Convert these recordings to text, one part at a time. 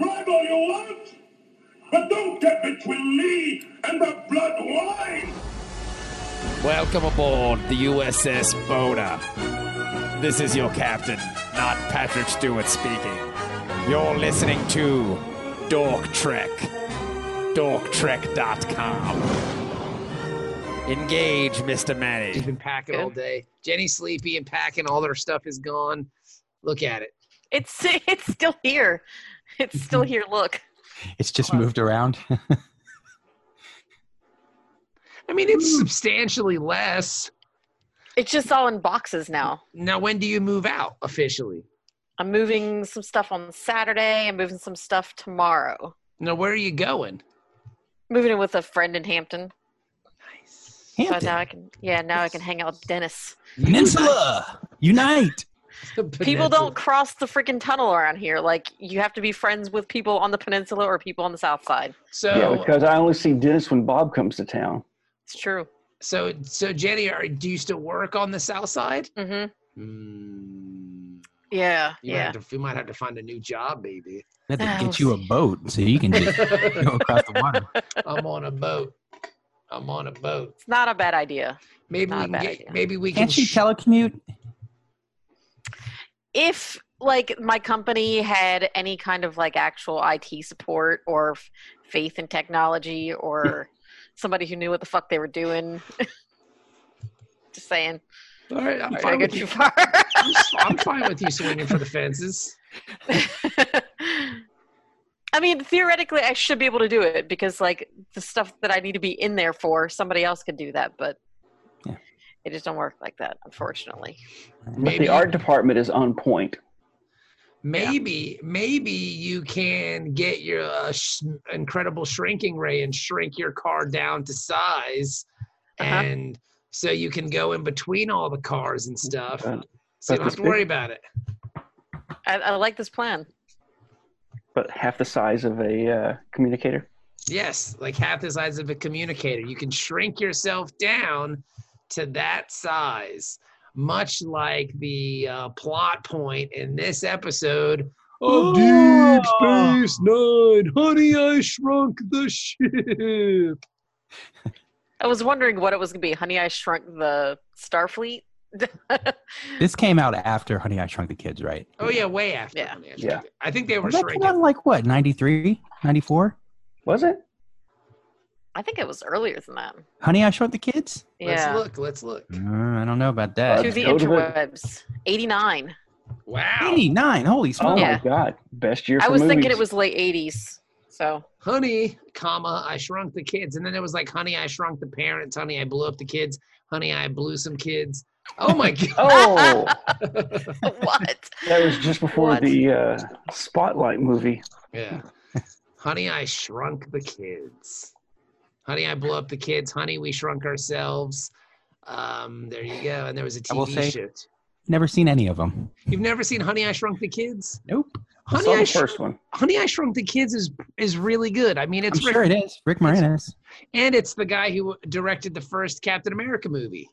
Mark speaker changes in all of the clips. Speaker 1: all you want, but don't get between me and the blood wine.
Speaker 2: Welcome aboard the USS Boda. This is your captain, not Patrick Stewart speaking. You're listening to Dork Trek. DorkTrek.com. Engage, Mr.
Speaker 3: She's
Speaker 2: Manny.
Speaker 3: been packing all day. Jenny's sleepy and packing. All her stuff is gone. Look at it.
Speaker 4: It's it's still here. It's still here. Look.
Speaker 5: It's just moved around.
Speaker 3: I mean, it's substantially less.
Speaker 4: It's just all in boxes now.
Speaker 3: Now, when do you move out officially?
Speaker 4: I'm moving some stuff on Saturday. I'm moving some stuff tomorrow.
Speaker 3: Now, where are you going?
Speaker 4: Moving in with a friend in Hampton.
Speaker 3: Nice.
Speaker 4: So now
Speaker 5: Hampton,
Speaker 4: I can yeah, now I can hang out with Dennis.
Speaker 5: Peninsula, unite.
Speaker 4: People don't cross the freaking tunnel around here. Like you have to be friends with people on the peninsula or people on the south side.
Speaker 6: Yeah,
Speaker 3: So,
Speaker 6: because I only see Dennis when Bob comes to town.
Speaker 4: It's true.
Speaker 3: so, so, Jenny, are, do you still work on the south side?
Speaker 4: Mm-hmm.
Speaker 3: Mm,
Speaker 4: Yeah.
Speaker 3: you might
Speaker 4: yeah.
Speaker 3: have to, we might have to find a new job, baby.
Speaker 5: I have to
Speaker 4: Oh,
Speaker 5: get you a boat so you can just go across the water.
Speaker 3: I'm on a boat. I'm on a boat.
Speaker 4: It's not a bad idea.
Speaker 3: Maybe
Speaker 4: Not a
Speaker 3: we
Speaker 4: bad
Speaker 3: can
Speaker 4: idea.
Speaker 3: get, maybe we can
Speaker 5: Can't you
Speaker 3: sh-
Speaker 5: telecommute?
Speaker 4: If like my company had any kind of like actual IT support or f- faith in technology or somebody who knew what the fuck they were doing. Just saying.
Speaker 3: All right, I'm,
Speaker 4: Try to
Speaker 3: fine
Speaker 4: go
Speaker 3: with
Speaker 4: too
Speaker 3: you.
Speaker 4: far.
Speaker 3: I'm, s- I'm fine with you swinging for the fences.
Speaker 4: I mean, theoretically, I should be able to do it because, like, the stuff that I need to be in there for, somebody else could do that, but
Speaker 5: Yeah.
Speaker 4: it just don't work like that, unfortunately.
Speaker 6: But
Speaker 3: Maybe-
Speaker 6: the art department is on point.
Speaker 3: Maybe, maybe you can get your uh, sh- incredible shrinking ray and shrink your car down to size,
Speaker 4: Uh-huh.
Speaker 3: and so you can go in between all the cars and stuff.
Speaker 6: Uh,
Speaker 3: So you don't
Speaker 6: but
Speaker 3: have
Speaker 6: the
Speaker 3: to worry about it.
Speaker 4: I, I like this plan.
Speaker 6: But half the size of a uh, communicator.
Speaker 3: Yes, like half the size of a communicator. You can shrink yourself down to that size, much like the uh, plot point in this episode of Deep Space Nine. Honey, I shrunk the ship.
Speaker 4: I was wondering what it was going to be. Honey, I Shrunk the Starfleet.
Speaker 5: This came out after Honey I Shrunk the Kids, right?
Speaker 3: Oh yeah, way after.
Speaker 4: Yeah.
Speaker 3: Honey, I
Speaker 6: Yeah.
Speaker 3: Shrunk- I think they were
Speaker 5: That came
Speaker 3: shrinking.
Speaker 5: out like what, 93, 94?
Speaker 6: Was it?
Speaker 4: I think it was earlier than that.
Speaker 5: Honey I Shrunk the Kids?
Speaker 3: Let's
Speaker 4: Yeah.
Speaker 3: look. Let's look.
Speaker 5: Uh, I don't know about
Speaker 4: To
Speaker 5: that.
Speaker 4: the
Speaker 6: Go to the-
Speaker 4: interwebs. 89.
Speaker 3: Wow.
Speaker 5: 89, holy
Speaker 6: Oh
Speaker 5: smokes.
Speaker 4: Yeah.
Speaker 6: my God! Best year.
Speaker 4: I
Speaker 6: for
Speaker 4: was thinking
Speaker 6: movies.
Speaker 4: it was late 80s. So,
Speaker 3: honey, comma, I shrunk the kids. And then it was like, honey, I shrunk the parents. Honey, I blew up the kids. Honey, I blew some kids. Oh my God.
Speaker 6: Oh,
Speaker 4: what?
Speaker 6: that was just before
Speaker 4: What?
Speaker 6: the uh, Spotlight movie.
Speaker 3: Yeah. honey, I shrunk the kids. Honey, I blew up the kids. Honey, we shrunk ourselves. Um, there you go. And there was a
Speaker 5: I will
Speaker 3: TV
Speaker 5: say-
Speaker 3: shoot.
Speaker 5: Never seen any of them.
Speaker 3: You've never seen Honey, I Shrunk the Kids?
Speaker 5: Nope.
Speaker 6: I
Speaker 3: Honey,
Speaker 6: saw
Speaker 3: I,
Speaker 6: the
Speaker 3: Sh-
Speaker 6: first one.
Speaker 3: honey, I Shrunk the Kids is is really good. I mean, it's
Speaker 5: I'm
Speaker 3: Rick-
Speaker 5: sure it is. Rick Moranis.
Speaker 3: and it's the guy who directed the first Captain America movie.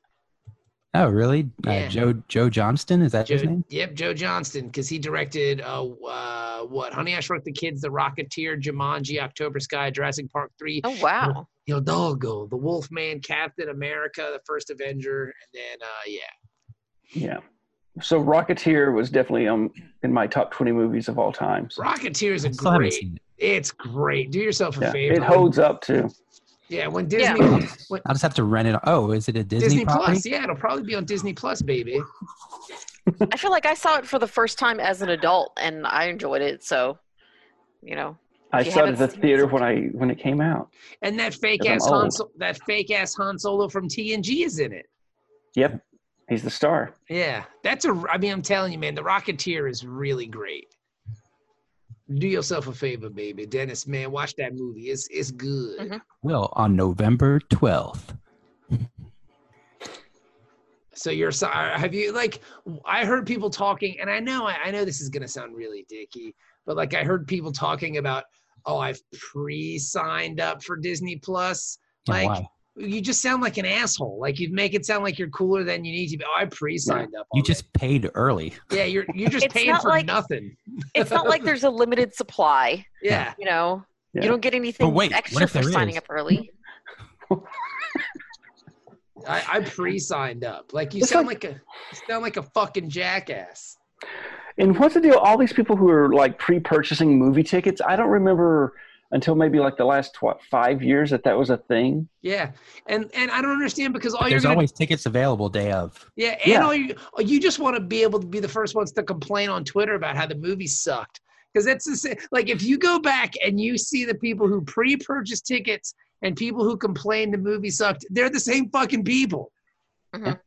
Speaker 5: Oh, really?
Speaker 3: Yeah.
Speaker 5: Uh, Joe Joe Johnston, is that his
Speaker 3: Joe,
Speaker 5: name?
Speaker 3: yep, Joe Johnston, because he directed uh, uh, what? Honey, I Shrunk the Kids, The Rocketeer, Jumanji, October Sky, Jurassic Park 3,
Speaker 4: Oh, wow.
Speaker 3: Hidalgo, The Wolfman, Captain America, The First Avenger, and then, uh, yeah.
Speaker 6: Yeah. So Rocketeer was definitely um in my top twenty movies of all time. So,
Speaker 3: Rocketeer is a
Speaker 5: Still haven't
Speaker 3: great,
Speaker 5: seen it.
Speaker 3: it's great. Do yourself a
Speaker 6: yeah,
Speaker 3: favor.
Speaker 6: it holds up too.
Speaker 3: yeah, when Disney, when
Speaker 5: I'll just have to rent it. Oh, is it a Disney,
Speaker 3: Disney
Speaker 5: property?
Speaker 3: Plus, yeah, it'll probably be on Disney Plus, baby.
Speaker 4: I feel like I saw it for the first time as an adult and I enjoyed it. So, you know,
Speaker 6: I
Speaker 4: If you
Speaker 6: saw it
Speaker 4: haven't
Speaker 6: at the
Speaker 4: seen it,
Speaker 6: theater when I when it came out.
Speaker 3: And that fake
Speaker 6: 'Cause I'm
Speaker 3: ass Han,
Speaker 6: old.
Speaker 3: Sol- that fake ass Han Solo from TNG is in it.
Speaker 6: Yep, he's the star.
Speaker 3: Yeah, that's a. I mean, I'm telling you, man, the Rocketeer is really great. Do yourself a favor, baby, Dennis. Man, watch that movie. It's it's good.
Speaker 4: Mhm.
Speaker 5: Well, on November 12th.
Speaker 3: So you're sorry. Have you like? I heard people talking, and I know I, I know this is gonna sound really dicky, but like I heard people talking about, oh, I've pre-signed up for Disney Plus.
Speaker 5: Yeah,
Speaker 3: Like,
Speaker 5: why?
Speaker 3: you just sound like an asshole. Like you make it sound like you're cooler than you need to be. Oh, I pre-signed up.
Speaker 5: You
Speaker 3: already.
Speaker 5: just paid early.
Speaker 3: yeah, you're you're just
Speaker 4: It's
Speaker 3: paying
Speaker 4: not
Speaker 3: for
Speaker 4: like-
Speaker 3: nothing.
Speaker 4: It's not like there's a limited supply.
Speaker 3: Yeah,
Speaker 4: You know,
Speaker 6: Yeah.
Speaker 4: you don't get anything
Speaker 5: wait, what
Speaker 4: extra
Speaker 5: if
Speaker 4: for
Speaker 5: there
Speaker 4: signing
Speaker 5: is?
Speaker 4: up early.
Speaker 3: I, I pre-signed up. Like you
Speaker 6: It's
Speaker 3: sound like, a you sound like a fucking jackass.
Speaker 6: And what's the deal? All these people who are like pre-purchasing movie tickets. I don't remember until maybe like the last what five years that that was a thing.
Speaker 3: Yeah, and and I don't understand because all Oh, you're
Speaker 5: There's
Speaker 3: gonna
Speaker 5: always tickets available day of.
Speaker 3: yeah, and
Speaker 6: Yeah.
Speaker 3: all you you just want to be able to be the first ones to complain on Twitter about how the movie sucked because that's the same. Like if you go back and you see the people who pre-purchase tickets and people who complain the movie sucked, they're the same fucking people.
Speaker 6: Mm-hmm.
Speaker 4: Mhm.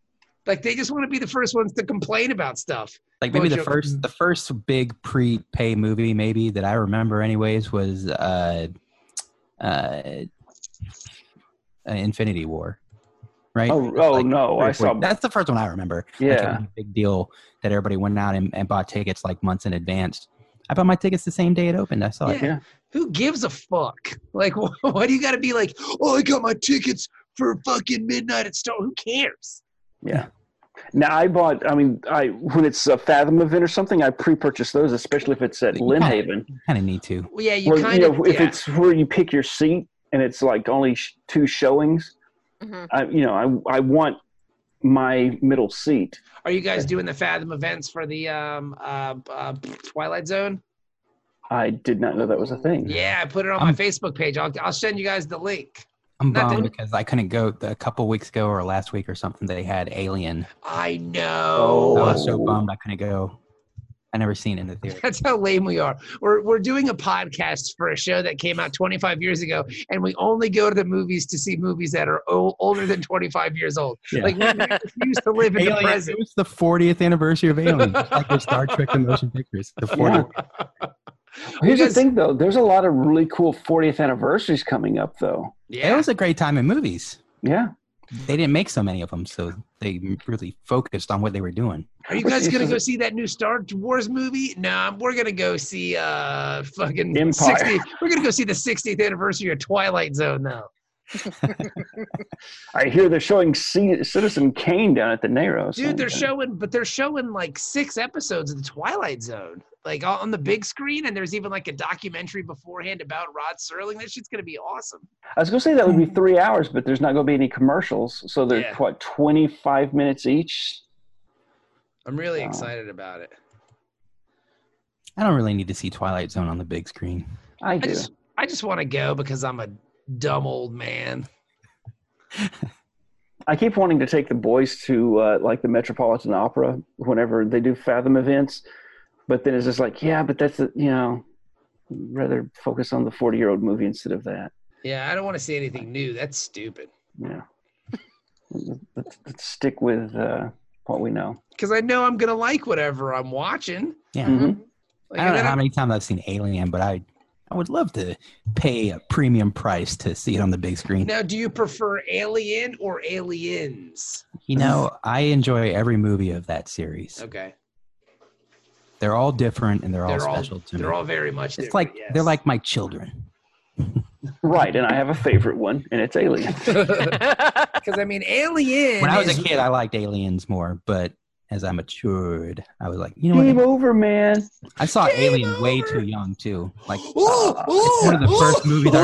Speaker 3: Like they just want to be the first ones to complain about stuff.
Speaker 5: Like maybe
Speaker 3: Oh,
Speaker 5: the
Speaker 3: Joe-
Speaker 5: first the first big pre-pay movie maybe that I remember anyways was uh uh Infinity War. Right?
Speaker 6: Oh, oh
Speaker 5: Like,
Speaker 6: no, I
Speaker 5: Pretty quick.
Speaker 6: saw.
Speaker 5: That's the first one I remember. Like, it
Speaker 6: Yeah,
Speaker 5: was a big deal that everybody went out and, and bought tickets like months in advance. I bought my tickets the same day it opened. I saw it.
Speaker 6: yeah.
Speaker 3: Who gives a fuck? Like wh- why do you got to be like, oh, I got my tickets for fucking midnight at Star. Who cares?
Speaker 6: yeah. Now I bought. I mean, I when it's a Fathom event or something, I pre-purchase those, especially if it's at
Speaker 5: You kinda-
Speaker 6: Lynnhaven.
Speaker 5: You kind of need to.
Speaker 3: Well, yeah, you
Speaker 6: Well,
Speaker 3: kind
Speaker 6: you
Speaker 3: of
Speaker 6: know, if
Speaker 3: yeah.
Speaker 6: it's where you pick your seat and it's like only sh- two showings,
Speaker 4: Mhm.
Speaker 6: I you know I I want my middle seat.
Speaker 3: Are you guys doing the Fathom events for the um, uh, uh, Twilight Zone?
Speaker 6: I did not know that was a thing.
Speaker 3: Yeah, I put it on my
Speaker 5: I'm-
Speaker 3: Facebook page. I'll, I'll send you guys the link.
Speaker 5: I'm
Speaker 3: Not
Speaker 5: bummed
Speaker 3: that-
Speaker 5: because I couldn't go the- a couple weeks ago or last week or something. They had Alien.
Speaker 3: I
Speaker 5: I
Speaker 6: Oh.
Speaker 3: know.
Speaker 5: was so bummed I couldn't go. I never seen it in the theater.
Speaker 3: That's how lame we are. We're, we're doing a podcast for a show that came out 25 years ago, and we only go to the movies to see movies that are o- older than 25 years old.
Speaker 5: Yeah.
Speaker 3: Like, we refuse to live in the
Speaker 5: Alien,
Speaker 3: present.
Speaker 5: it was the 40th anniversary of Alien, just like with Star Trek the motion pictures. The 40th.
Speaker 6: Here's
Speaker 3: Because-
Speaker 6: the thing, though. There's a lot of really cool 40th anniversaries coming up, though.
Speaker 5: It
Speaker 3: Yeah.
Speaker 5: was a great time in movies.
Speaker 6: Yeah.
Speaker 5: They didn't make so many of them, so they really focused on what they were doing.
Speaker 3: Are you
Speaker 6: Which
Speaker 3: guys
Speaker 6: is-
Speaker 3: gonna go see that new Star Wars movie? No, we're gonna go see uh fucking
Speaker 6: Empire.
Speaker 3: 60. We're gonna go see the 60th anniversary of Twilight Zone now.
Speaker 6: I hear they're showing C- Citizen Kane down at the Oh Narrows.
Speaker 3: Dude, they're showing, but they're showing like six episodes of the Twilight Zone, like on on the big screen, and there's even like a documentary beforehand about Rod Serling. That shit's gonna be awesome.
Speaker 6: I was gonna say that would be three hours, but there's not gonna be any commercials, so they're
Speaker 3: Hmm. Yeah.
Speaker 6: what 25 minutes each.
Speaker 3: I'm really
Speaker 6: Wow.
Speaker 3: excited about it.
Speaker 5: I don't really need to see Twilight Zone on the big screen.
Speaker 6: I
Speaker 3: I
Speaker 6: do.
Speaker 3: just I just want to go because I'm a dumb old man.
Speaker 6: I keep wanting to take the boys to uh, like the Metropolitan Opera whenever they do Fathom events, but then it's just like, yeah, but that's the, you know, rather focus on the 40 year old movie instead of that.
Speaker 3: Yeah, I don't want to see anything new. That's stupid.
Speaker 6: Yeah, let's, let's stick with uh, what we know.
Speaker 3: Because I know I'm gonna like whatever I'm watching.
Speaker 5: Yeah.
Speaker 6: Mhm.
Speaker 3: Like,
Speaker 5: I don't
Speaker 3: and
Speaker 5: know
Speaker 3: then
Speaker 5: how
Speaker 3: I'm-
Speaker 5: many times I've seen Alien, but I I would love to pay a premium price to see it on the big screen.
Speaker 3: Now, do you prefer Alien or Aliens?
Speaker 5: You know, I enjoy every movie of that series.
Speaker 3: Okay,
Speaker 5: They're all different and they're,
Speaker 3: they're all
Speaker 5: all special to me.
Speaker 3: they're all very much.
Speaker 5: it's
Speaker 3: different,
Speaker 5: like they're
Speaker 3: yes.
Speaker 5: like my children.
Speaker 6: Right, and I have a favorite one, and it's Alien.
Speaker 3: because I mean, Alien.
Speaker 5: When I was
Speaker 3: is-
Speaker 5: a kid, I liked Aliens more, but as I matured, I was like, you know
Speaker 6: Game
Speaker 5: what?
Speaker 6: over, man.
Speaker 5: I saw
Speaker 3: Game
Speaker 5: Alien way
Speaker 3: over.
Speaker 5: too young too. Like
Speaker 3: Ooh,
Speaker 5: it's one of the
Speaker 3: ooh,
Speaker 5: first
Speaker 3: ooh,
Speaker 5: movies I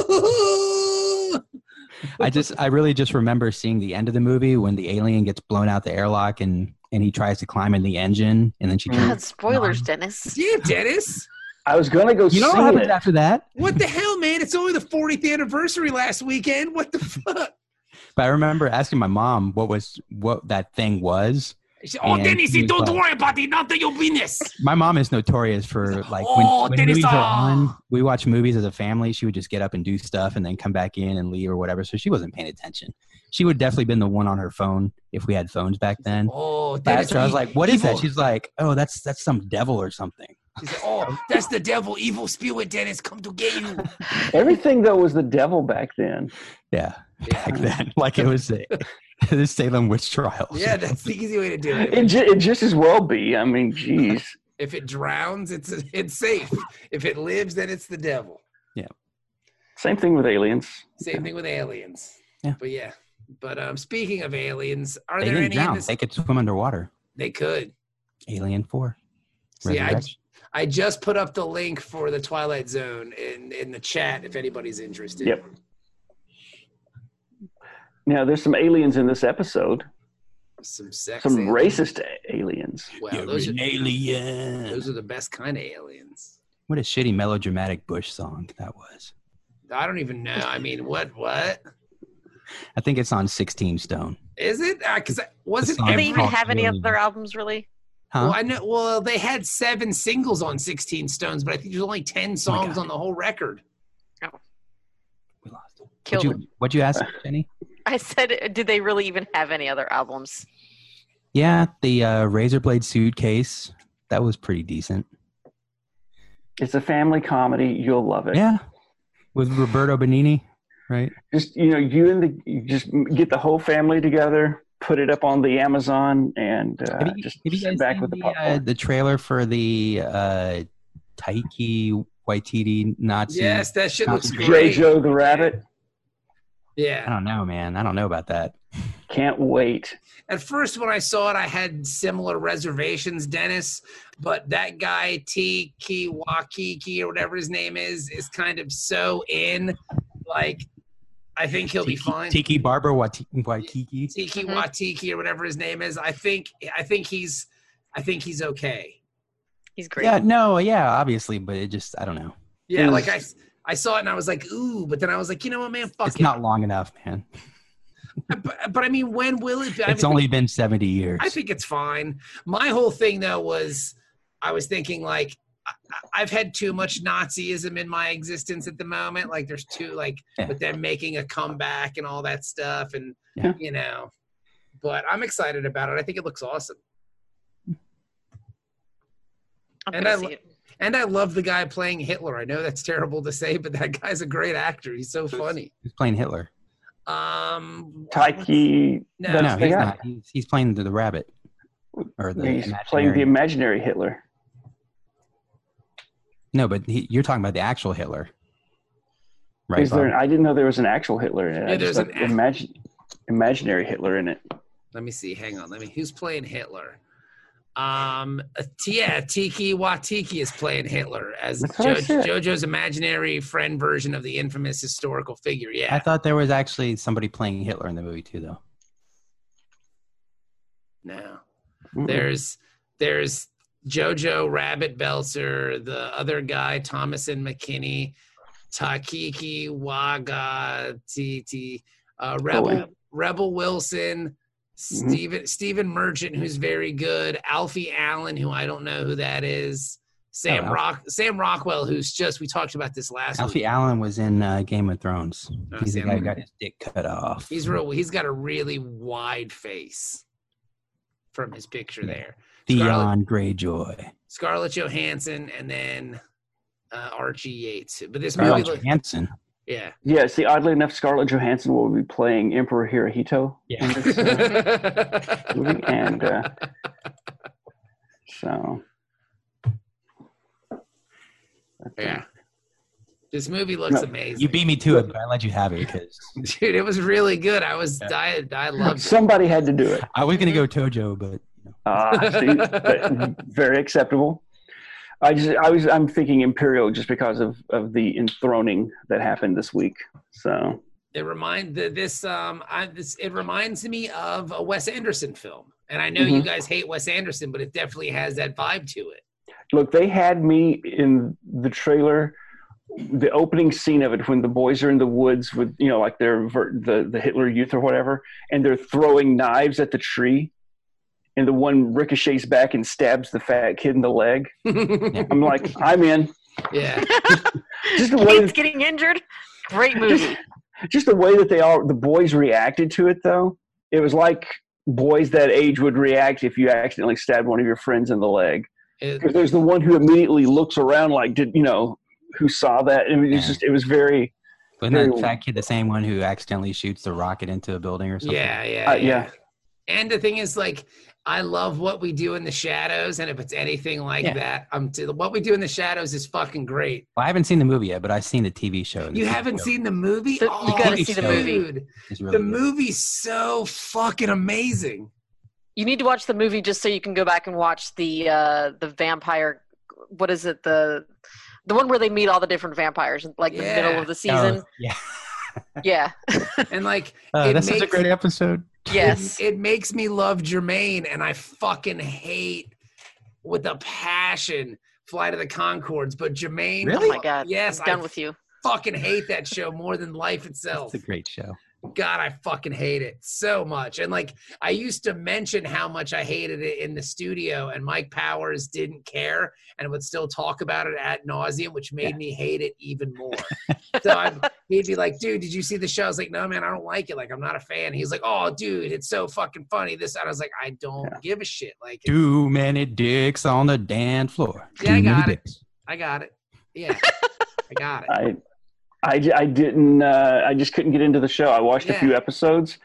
Speaker 5: remember. seeing.
Speaker 3: ooh.
Speaker 5: I just I really just remember seeing the end of the movie when the alien gets blown out the airlock and and he tries to climb in the engine and then she turns.
Speaker 4: God, spoilers, Dennis.
Speaker 3: Damn, Dennis.
Speaker 6: I was gonna go
Speaker 5: You know what
Speaker 6: see
Speaker 5: happens
Speaker 6: it.
Speaker 5: after that?
Speaker 3: What the hell, man? It's only the 40th anniversary last weekend. What the fuck?
Speaker 5: But I remember asking my mom what was what that thing was.
Speaker 3: She- oh,
Speaker 5: And
Speaker 3: Dennis,
Speaker 5: he was
Speaker 3: don't
Speaker 5: like-
Speaker 3: worry about it. Not your business.
Speaker 5: My mom is notorious for like when,
Speaker 3: Oh,
Speaker 5: when
Speaker 3: Dennis,
Speaker 5: movies are on,
Speaker 3: ah.
Speaker 5: we watch movies as a family. She would just get up and do stuff and then come back in and leave or whatever. So she wasn't paying attention. She would definitely been the one on her phone if we had phones back then.
Speaker 3: Oh,
Speaker 5: But
Speaker 3: Dennis.
Speaker 5: after I was
Speaker 3: e-
Speaker 5: like, "What is that?"
Speaker 3: evil.
Speaker 5: She's like, "Oh, that's that's some devil or something."
Speaker 3: She said, oh, that's the devil. Evil spirit, Dennis, come to get you.
Speaker 6: Everything though was the devil back then.
Speaker 5: Yeah,
Speaker 3: Yeah.
Speaker 5: back then, like it was the, the Salem witch trials.
Speaker 3: Yeah, that's the easy way to do it.
Speaker 6: It, ju- it just as well be. I mean, jeez.
Speaker 3: If it drowns, it's it's safe. If it lives, then it's the devil.
Speaker 5: Yeah.
Speaker 6: Same thing with aliens.
Speaker 3: Same thing with aliens.
Speaker 5: Yeah.
Speaker 3: But yeah. But um, speaking of aliens, are
Speaker 5: They
Speaker 3: there
Speaker 5: didn't
Speaker 3: any? in
Speaker 5: drown.
Speaker 3: this-
Speaker 5: They could swim underwater.
Speaker 3: they could.
Speaker 5: Alien Four.
Speaker 3: See, I,
Speaker 5: Resurrection.
Speaker 3: I just put up the link for the Twilight Zone in in the chat if anybody's interested.
Speaker 6: Yep. Now, there's some aliens in this episode.
Speaker 3: Some sex.
Speaker 6: Some
Speaker 3: aliens.
Speaker 6: racist a- aliens.
Speaker 3: Well, those are,
Speaker 5: alien.
Speaker 3: those are the best kind of aliens.
Speaker 5: what a shitty melodramatic Bush song that was.
Speaker 3: I don't even know. I mean, what? What
Speaker 5: I think it's on Sixteen Stone.
Speaker 3: is it? Because wasn't
Speaker 5: The song
Speaker 4: Do they
Speaker 3: every?
Speaker 5: called-
Speaker 4: even have any
Speaker 5: Really?
Speaker 4: other albums really?
Speaker 5: Huh?
Speaker 3: Well, I know. Well, they had seven singles on Sixteen Stones, but I think there's only ten songs
Speaker 5: Oh God.
Speaker 3: on the whole record.
Speaker 5: we lost. it.
Speaker 4: Killed
Speaker 5: What'd you,
Speaker 4: them.
Speaker 5: what'd you ask, Jenny?
Speaker 4: I said, did they really even have any other albums?
Speaker 5: Yeah, the uh, razor blade suitcase. That was pretty decent.
Speaker 6: It's a family comedy. You'll love it.
Speaker 5: Yeah, with Roberto Benini, right?
Speaker 6: Just you know, you and the you just get the whole family together, put it up on the Amazon, and uh,
Speaker 5: Have you-
Speaker 6: just
Speaker 5: have you
Speaker 6: sit
Speaker 5: guys
Speaker 6: back
Speaker 5: seen
Speaker 6: with the
Speaker 5: uh,
Speaker 6: popcorn.
Speaker 5: the trailer for the uh, Taiki Waititi Nazi?
Speaker 3: Yes, that shit looks
Speaker 5: Not-
Speaker 3: great.
Speaker 6: J. Joe the Rabbit.
Speaker 5: I
Speaker 3: Yeah.
Speaker 5: don't know, man. I don't know about that.
Speaker 6: Can't wait.
Speaker 3: At first, when I saw it, I had similar reservations, Dennis. But that guy T Ki Wakiki or whatever his name is is kind of so in. Like, I think he'll be
Speaker 5: Tiki,
Speaker 3: fine.
Speaker 5: Tiki Barber Waiti- Waitiki.
Speaker 3: Tiki
Speaker 4: Mhm.
Speaker 3: Watiki or whatever his name is. I think I think he's I think he's okay.
Speaker 4: He's great.
Speaker 5: Yeah, no, yeah, obviously, but it just I don't know.
Speaker 3: Yeah,
Speaker 6: Mm.
Speaker 3: like I I saw it and I was like, ooh, but then I was like, you know what, man, fuck
Speaker 5: It's
Speaker 3: it.
Speaker 5: not long enough, man.
Speaker 3: but, but I mean, when will it be? I
Speaker 5: It's
Speaker 3: mean,
Speaker 5: only been seventy years.
Speaker 3: I think it's fine. My whole thing though was I was thinking like I, I- I've had too much Nazism in my existence at the moment. Like there's too like
Speaker 5: Yeah.
Speaker 3: with them making a comeback and all that stuff and
Speaker 5: Yeah.
Speaker 3: you know. But I'm excited about it. I think it looks awesome.
Speaker 4: I'm
Speaker 3: and
Speaker 4: gonna
Speaker 3: I
Speaker 4: see
Speaker 3: lo-
Speaker 4: it.
Speaker 3: And I love the guy playing Hitler. I know that's terrible to say, but that guy's a great actor. He's so funny.
Speaker 5: he's playing Hitler.
Speaker 3: Um
Speaker 6: Taiki.
Speaker 3: No,
Speaker 5: No,
Speaker 6: That's
Speaker 5: no,
Speaker 6: the
Speaker 5: he's
Speaker 6: guy.
Speaker 5: not. He's, he's playing the, the rabbit or the
Speaker 6: He's playing the
Speaker 5: imaginary-
Speaker 6: imaginary Hitler.
Speaker 5: No, but he, you're talking about the actual Hitler, right?
Speaker 6: Is there?
Speaker 5: Bob?
Speaker 6: an- I didn't know there was an actual Hitler in it.
Speaker 3: Yeah,
Speaker 6: I just
Speaker 3: there's
Speaker 6: thought
Speaker 3: an act-
Speaker 6: imagine, imaginary Hitler in it.
Speaker 3: let me see. Hang on. Let me. Who's playing Hitler? Um, uh, yeah, Tiki Watiki is playing Hitler as
Speaker 6: That's
Speaker 3: jo-
Speaker 6: what I said.
Speaker 3: JoJo's imaginary friend version of the infamous historical figure.
Speaker 5: I
Speaker 3: Yeah,
Speaker 5: thought there was actually somebody playing Hitler in the movie too, though.
Speaker 3: no.
Speaker 6: Mm-mm.
Speaker 5: Mm-hmm.
Speaker 3: There's there's JoJo Rabbit Belzer, the other guy Thomason McKinney, Takiki Waga Titi, uh,
Speaker 5: Oh,
Speaker 3: Rebel
Speaker 6: yeah.
Speaker 3: Rebel Wilson,
Speaker 5: Mm-hmm.
Speaker 3: Steven Steven Merchant, who's very good, Alfie Allen, who I don't know who that is, Sam
Speaker 5: Oh, Alf-
Speaker 3: Rock Sam Rockwell, who's just we talked about this last
Speaker 5: Alfie
Speaker 3: week.
Speaker 5: Allen was in uh, Game of Thrones.
Speaker 3: Uh,
Speaker 5: He's the
Speaker 3: Sam-
Speaker 5: guy who got his dick cut off.
Speaker 3: He's real. He's got a really wide face from his picture
Speaker 5: Yeah.
Speaker 3: there.
Speaker 5: Theon Greyjoy.
Speaker 3: Scarlett Johansson and then uh, Archie Yates. But this movie,
Speaker 5: Scarlett
Speaker 3: look,
Speaker 5: Johansson.
Speaker 3: yeah,
Speaker 6: Yeah, see, oddly enough, Scarlett Johansson will be playing Emperor Hirohito.
Speaker 5: Yeah.
Speaker 6: in this, uh, movie, and, uh, so,
Speaker 3: yeah, this movie looks
Speaker 6: No,
Speaker 3: amazing.
Speaker 5: You beat me to it, but I let you have it because
Speaker 3: dude. It was really good. I was, I, I loved it.
Speaker 6: somebody had to do it.
Speaker 5: I was gonna go Tojo, but you know,
Speaker 6: Ah, see, but very acceptable. I just, I was, I'm thinking Imperial just because of of the enthroning that happened this week. So,
Speaker 3: It remind the, this um I this it reminds me of a Wes Anderson film. And I know
Speaker 5: Mm-hmm.
Speaker 3: you guys hate Wes Anderson, but it definitely has that vibe to it.
Speaker 6: look, they had me in the trailer. The opening scene of it, when the boys are in the woods with you know, like their ver- the the Hitler Youth or whatever, and they're throwing knives at the tree, and the one ricochets back and stabs the fat kid in the leg. I'm like, I'm in.
Speaker 3: yeah.
Speaker 6: Just the way,
Speaker 4: Kate's getting injured. Great movie.
Speaker 6: just the way that they all the boys reacted to it, though, it was like boys that age would react if you accidentally stabbed one of your friends in the leg.
Speaker 3: It-
Speaker 6: because there's the one who immediately looks around like did you know who saw that and it was
Speaker 5: Yeah.
Speaker 6: just it was very
Speaker 5: wasn't that
Speaker 6: Very-
Speaker 5: fat kid the same one who accidentally shoots the rocket into a building or something?
Speaker 3: Yeah, yeah,
Speaker 6: Uh,
Speaker 3: yeah. And the thing is, like, I love what we do in the shadows, and if it's anything like
Speaker 5: Yeah.
Speaker 3: that, I'm t- what we do in the shadows is fucking great.
Speaker 5: Well, I haven't seen the movie yet, but I've seen the TV show. and the
Speaker 3: You
Speaker 5: TV
Speaker 3: haven't
Speaker 5: show
Speaker 3: seen the movie? Oh,
Speaker 4: So you
Speaker 5: gotta see the
Speaker 3: dude,
Speaker 5: is really
Speaker 3: The
Speaker 5: good.
Speaker 3: movie's so fucking amazing.
Speaker 4: You need to watch the movie just so you can go back and watch the uh, the vampire. What is it? The the one where they meet all the different vampires, like the middle
Speaker 3: Yeah.
Speaker 4: of the
Speaker 5: Oh,
Speaker 4: season.
Speaker 5: yeah,
Speaker 6: Oh.
Speaker 4: Yeah.
Speaker 3: And like,
Speaker 5: Uh,
Speaker 3: It
Speaker 5: that's such a
Speaker 3: makes-
Speaker 5: great episode.
Speaker 4: Yes.
Speaker 3: it, it makes me love Jermaine, and I fucking hate with a passion Fly to the Concords. But Jermaine,
Speaker 5: Really?
Speaker 4: Oh my god.
Speaker 3: yes,
Speaker 4: I'm done
Speaker 3: I
Speaker 4: with you.
Speaker 3: fucking hate that show more than life itself.
Speaker 5: It's a great show.
Speaker 3: God, I fucking hate it so much. And like, I used to mention how much I hated it in the studio, and Mike Powers didn't care and would still talk about it at nauseum, which made
Speaker 5: Yeah.
Speaker 3: me hate it even more. so I'd, he'd be like, "Dude, did you see the show?" I was like, "No, man, I don't like it. Like, I'm not a fan." He's like, "Oh, dude, it's so fucking funny." This, and I was like, "I don't give a shit." Like,
Speaker 5: Too many dicks on the dance floor.
Speaker 3: Yeah, I
Speaker 5: Too many
Speaker 3: got it.
Speaker 5: dicks.
Speaker 3: I got it. Yeah, I got it.
Speaker 6: I, I, j- I didn't. Uh, I just couldn't get into the show. I watched a
Speaker 3: Yeah.
Speaker 6: few episodes,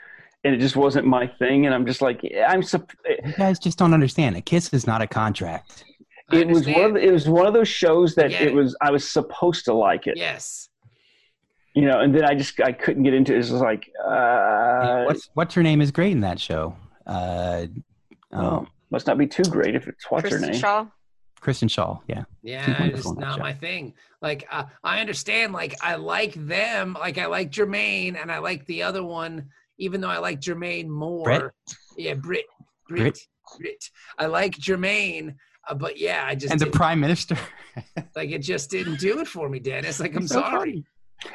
Speaker 6: and it just wasn't my thing. And I'm just like, yeah, I'm. Sup- it,
Speaker 5: You guys just don't understand. A kiss is not a contract.
Speaker 3: I
Speaker 6: it was one. Of
Speaker 3: understand.
Speaker 6: the, it was one of those shows that
Speaker 3: Yeah.
Speaker 6: it was. I was supposed to like it,
Speaker 3: yes.
Speaker 6: you know. And then I just I couldn't get into it. It was just like, uh,
Speaker 5: what's What's her name is great in that show. Uh,
Speaker 6: oh,
Speaker 5: oh,
Speaker 6: must not be too great if it's what's her
Speaker 4: Kristen
Speaker 6: name.
Speaker 4: Shaw.
Speaker 5: Kristen Shaw. Yeah,
Speaker 3: Yeah,
Speaker 5: wonderful
Speaker 3: it's
Speaker 5: in that
Speaker 3: not
Speaker 5: show.
Speaker 3: my thing. Like uh, I understand, like I like them, like I like Jermaine, and I like the other one, even though I like Jermaine more.
Speaker 5: Brett?
Speaker 3: Yeah, Brit, Brit, Brit,
Speaker 5: Brit.
Speaker 3: I like Jermaine, uh, but yeah, I just
Speaker 5: and the
Speaker 3: didn't-
Speaker 5: prime minister.
Speaker 3: like it just didn't do it for me, Dennis. Like I'm
Speaker 5: So
Speaker 3: sorry.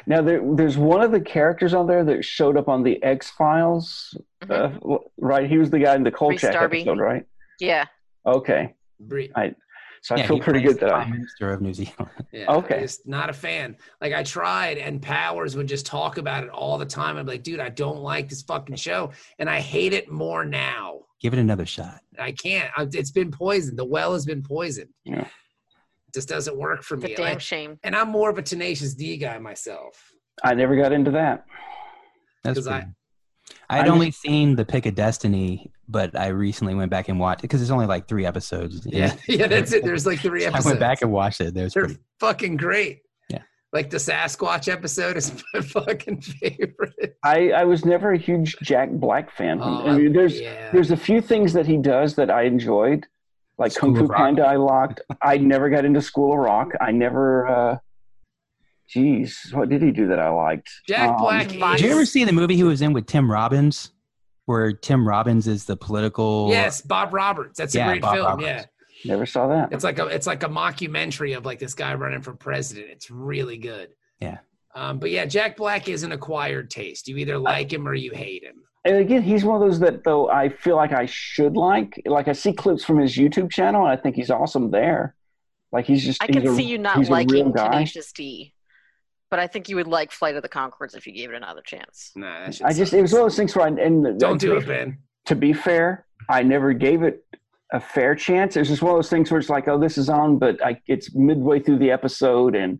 Speaker 6: Now there, there's one of the characters on there that showed up on the X Files, uh,
Speaker 4: Mhm.
Speaker 6: right? He was the guy in the
Speaker 4: Reese
Speaker 6: Kolchak
Speaker 4: Darby.
Speaker 6: episode, right?
Speaker 4: Yeah.
Speaker 6: Okay,
Speaker 3: Brit,
Speaker 5: Uh,
Speaker 6: so I
Speaker 5: Yeah,
Speaker 6: feel
Speaker 5: he
Speaker 6: pretty
Speaker 5: plays
Speaker 6: good
Speaker 5: the
Speaker 6: that I.
Speaker 5: prime minister of New Zealand.
Speaker 3: yeah,
Speaker 6: Okay.
Speaker 3: Just not a fan. Like I tried, and Powers would just talk about it all the time. I'm like, dude, I don't like this fucking show, and I hate it more now.
Speaker 5: Give it another shot.
Speaker 3: I can't. I, it's been poisoned. The well has been poisoned.
Speaker 6: Yeah.
Speaker 3: Just doesn't work for
Speaker 4: It's
Speaker 3: me.
Speaker 4: a damn
Speaker 3: Like-
Speaker 4: shame.
Speaker 3: and I'm more of a tenacious D guy myself.
Speaker 6: I never got into that.
Speaker 5: That's
Speaker 3: 'Cause I-
Speaker 5: I, I had
Speaker 6: I'm-
Speaker 5: only seen the Pick of Destiny, but I recently went back and watched it because it's only like three episodes. you
Speaker 3: Yeah,
Speaker 5: know?
Speaker 3: yeah, that's it. There's like three
Speaker 5: I
Speaker 3: episodes.
Speaker 5: went back and watched it. There's
Speaker 3: They're
Speaker 5: pretty,
Speaker 3: fucking great.
Speaker 5: Yeah.
Speaker 3: Like the Sasquatch episode is my fucking favorite. Oh,
Speaker 6: I, I was never a huge Jack Black fan.
Speaker 5: Oh,
Speaker 6: I mean, there's
Speaker 3: yeah.
Speaker 6: there's a few things that he does that I enjoyed, like
Speaker 5: School
Speaker 6: Kung
Speaker 5: of
Speaker 6: Fu
Speaker 5: Rock.
Speaker 6: Panda. I locked. I never got into School of Rock. I never. uh Jeez, what did he do that I liked?
Speaker 3: Jack
Speaker 6: Um,
Speaker 3: Black.
Speaker 4: Did
Speaker 5: Did you
Speaker 3: is-
Speaker 5: ever see the movie he was in with Tim Robbins, where Tim Robbins is the political?
Speaker 3: Yes, Bob Roberts. That's
Speaker 5: Yeah,
Speaker 3: a great
Speaker 5: Bob
Speaker 3: film.
Speaker 5: Roberts.
Speaker 3: Yeah,
Speaker 6: Never saw that.
Speaker 3: it's like a it's like a mockumentary of like this guy running for president. It's really good.
Speaker 5: Yeah.
Speaker 3: Um, but yeah, Jack Black is an acquired taste. You either like him or you hate him.
Speaker 6: And again, he's one of those that though I feel like I should like. Like I see clips from his YouTube channel, and I think he's awesome there. Like he's just.
Speaker 4: I
Speaker 6: he's
Speaker 4: can
Speaker 6: a-
Speaker 4: see you not
Speaker 6: he's a real
Speaker 4: liking
Speaker 6: guy.
Speaker 4: Tenacious D, but I think you would like Flight of the Concords if you gave it another chance.
Speaker 3: Nah, that shit
Speaker 6: I just
Speaker 3: sucks.
Speaker 6: it was one of those things where I and
Speaker 3: don't do
Speaker 6: to
Speaker 3: it, Ben.
Speaker 6: to be fair, I never gave it a fair chance. It's just one of those things where it's like, oh, this is on, but I, it's midway through the episode, and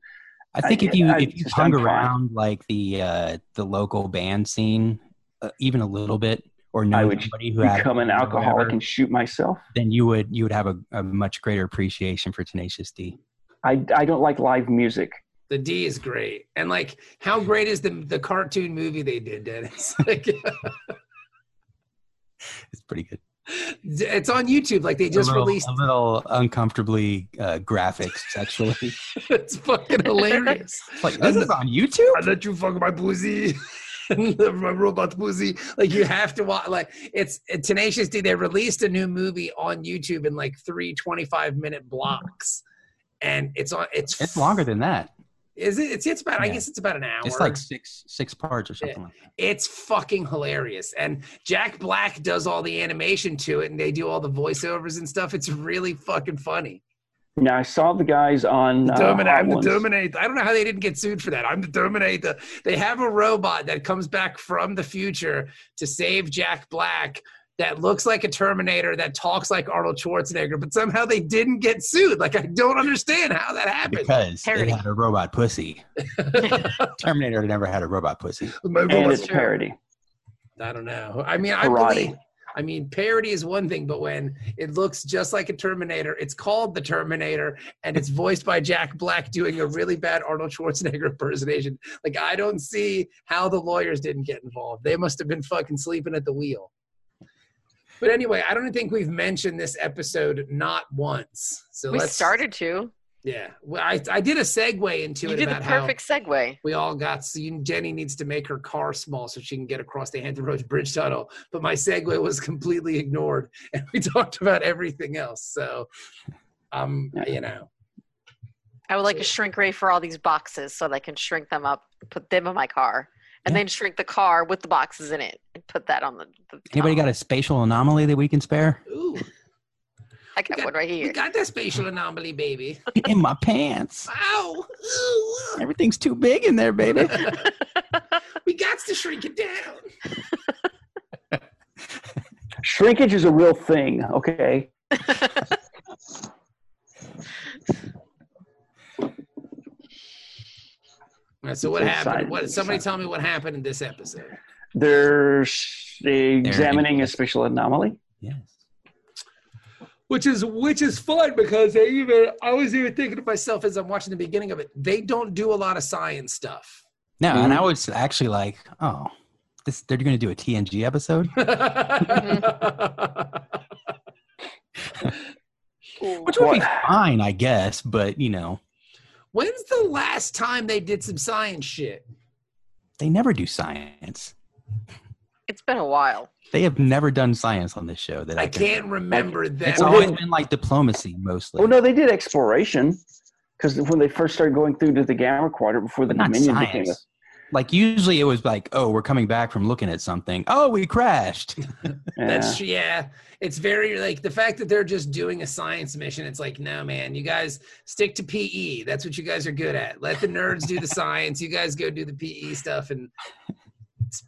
Speaker 5: I think
Speaker 6: I-
Speaker 5: if you
Speaker 6: I
Speaker 5: if you
Speaker 6: just-
Speaker 5: hung
Speaker 6: I'm fine.
Speaker 5: around like the uh, the local band scene, uh, even a little bit, or
Speaker 6: I
Speaker 5: know
Speaker 6: would
Speaker 5: somebody who had
Speaker 6: become an
Speaker 5: it or
Speaker 6: alcoholic
Speaker 5: whatever,
Speaker 6: and shoot myself.
Speaker 5: then you would you would have a, a much greater appreciation for Tenacious D.
Speaker 6: I, I don't like live music.
Speaker 3: The D is great. And like, how great is the the cartoon movie they did, Dennis? like,
Speaker 5: It's pretty good.
Speaker 3: it's on YouTube. Like they
Speaker 5: A
Speaker 3: just
Speaker 5: little-
Speaker 3: released.
Speaker 5: a little uncomfortably uh, graphic sexually. It's
Speaker 3: it's fucking hilarious.
Speaker 5: like this is on YouTube.
Speaker 3: I let you fuck my pussy. my robot pussy. Like you have to watch. Like it's it, Tenacious D. They released a new movie on YouTube in like three 25 minute blocks, and it's on. It's
Speaker 5: It's longer than that.
Speaker 3: Is it? It's it's about. I
Speaker 5: Yeah.
Speaker 3: guess it's about an hour.
Speaker 5: It's like six six parts or something like that.
Speaker 3: it's fucking hilarious. And Jack Black does all the animation to it and they do all the voiceovers and stuff. It's really fucking funny.
Speaker 6: Now I saw the guys on uh,
Speaker 3: Terminator,
Speaker 6: Hot
Speaker 3: I'm the
Speaker 6: Ones.
Speaker 3: Terminator. I don't know how they didn't get sued for that. I'm the Terminator. They have a robot that comes back from the future to save Jack Black that looks like a Terminator that talks like Arnold Schwarzenegger, but somehow they didn't get sued. Like, I don't understand how that happened.
Speaker 5: Because
Speaker 4: Parody.
Speaker 5: it had a robot pussy. Terminator never had a robot pussy.
Speaker 3: My
Speaker 6: and
Speaker 3: robot's-
Speaker 6: it's parody.
Speaker 3: I don't know. I mean, I
Speaker 6: Karate.
Speaker 3: believe I mean, parody is one thing, but when it looks just like a Terminator, it's called the Terminator, and it's voiced by Jack Black doing a really bad Arnold Schwarzenegger impersonation. Like, I don't see how the lawyers didn't get involved. They must have been fucking sleeping at the wheel. But anyway, I don't think we've mentioned this episode not once. So
Speaker 4: we
Speaker 3: let's,
Speaker 4: started to.
Speaker 3: Yeah, well, I, I did a segue into
Speaker 4: You
Speaker 3: it
Speaker 4: did the
Speaker 3: about how
Speaker 4: perfect segue.
Speaker 3: we all got so you, jenny needs to make her car small so she can get across the hampton roads bridge tunnel but my segue was completely ignored and we talked about everything else so um you know
Speaker 4: I would like a shrink ray for all these boxes so that I can shrink them up, put them in my car, and then shrink the car with the boxes in it and put that on the. the
Speaker 5: Anybody got a spatial anomaly that we can spare?
Speaker 3: ooh
Speaker 4: I got
Speaker 3: got-
Speaker 4: one right
Speaker 3: we
Speaker 4: here.
Speaker 3: got that spatial anomaly baby
Speaker 5: in my pants.
Speaker 3: ow ooh,
Speaker 5: Everything's too big in there, baby.
Speaker 3: we got to shrink it down
Speaker 6: Shrinkage is a real thing, okay?
Speaker 3: All right, so what
Speaker 6: It's
Speaker 3: happened
Speaker 6: exciting.
Speaker 3: what somebody tell me what happened in this episode
Speaker 6: They're s- examining a spatial anomaly.
Speaker 5: yes.
Speaker 3: which is which is fun because they even i was even thinking to myself as i'm watching the beginning of it they don't do a lot of science stuff
Speaker 5: No, and I was actually like, oh, this, they're going to do a TNG episode?
Speaker 3: Which
Speaker 5: Which would be
Speaker 6: What?
Speaker 5: fine, I guess, but you know,
Speaker 3: When's the last time they did some science shit?
Speaker 5: they never do science.
Speaker 4: It's been a while.
Speaker 5: They have never done science on this show that I,
Speaker 3: I
Speaker 5: can.
Speaker 3: can't remember them.
Speaker 5: It's always been like diplomacy mostly.
Speaker 6: Oh no, they did exploration because when they first started going through to the Gamma Quadrant before the
Speaker 5: but not
Speaker 6: Dominion became a
Speaker 5: science. Like usually it was like, oh, we're coming back from looking at something. Oh, we crashed.
Speaker 3: That's yeah. It's very like the fact that they're just doing a science mission. It's like, no, man, you guys stick to PE. That's what you guys are good at. Let the nerds do the science. You guys go do the PE stuff and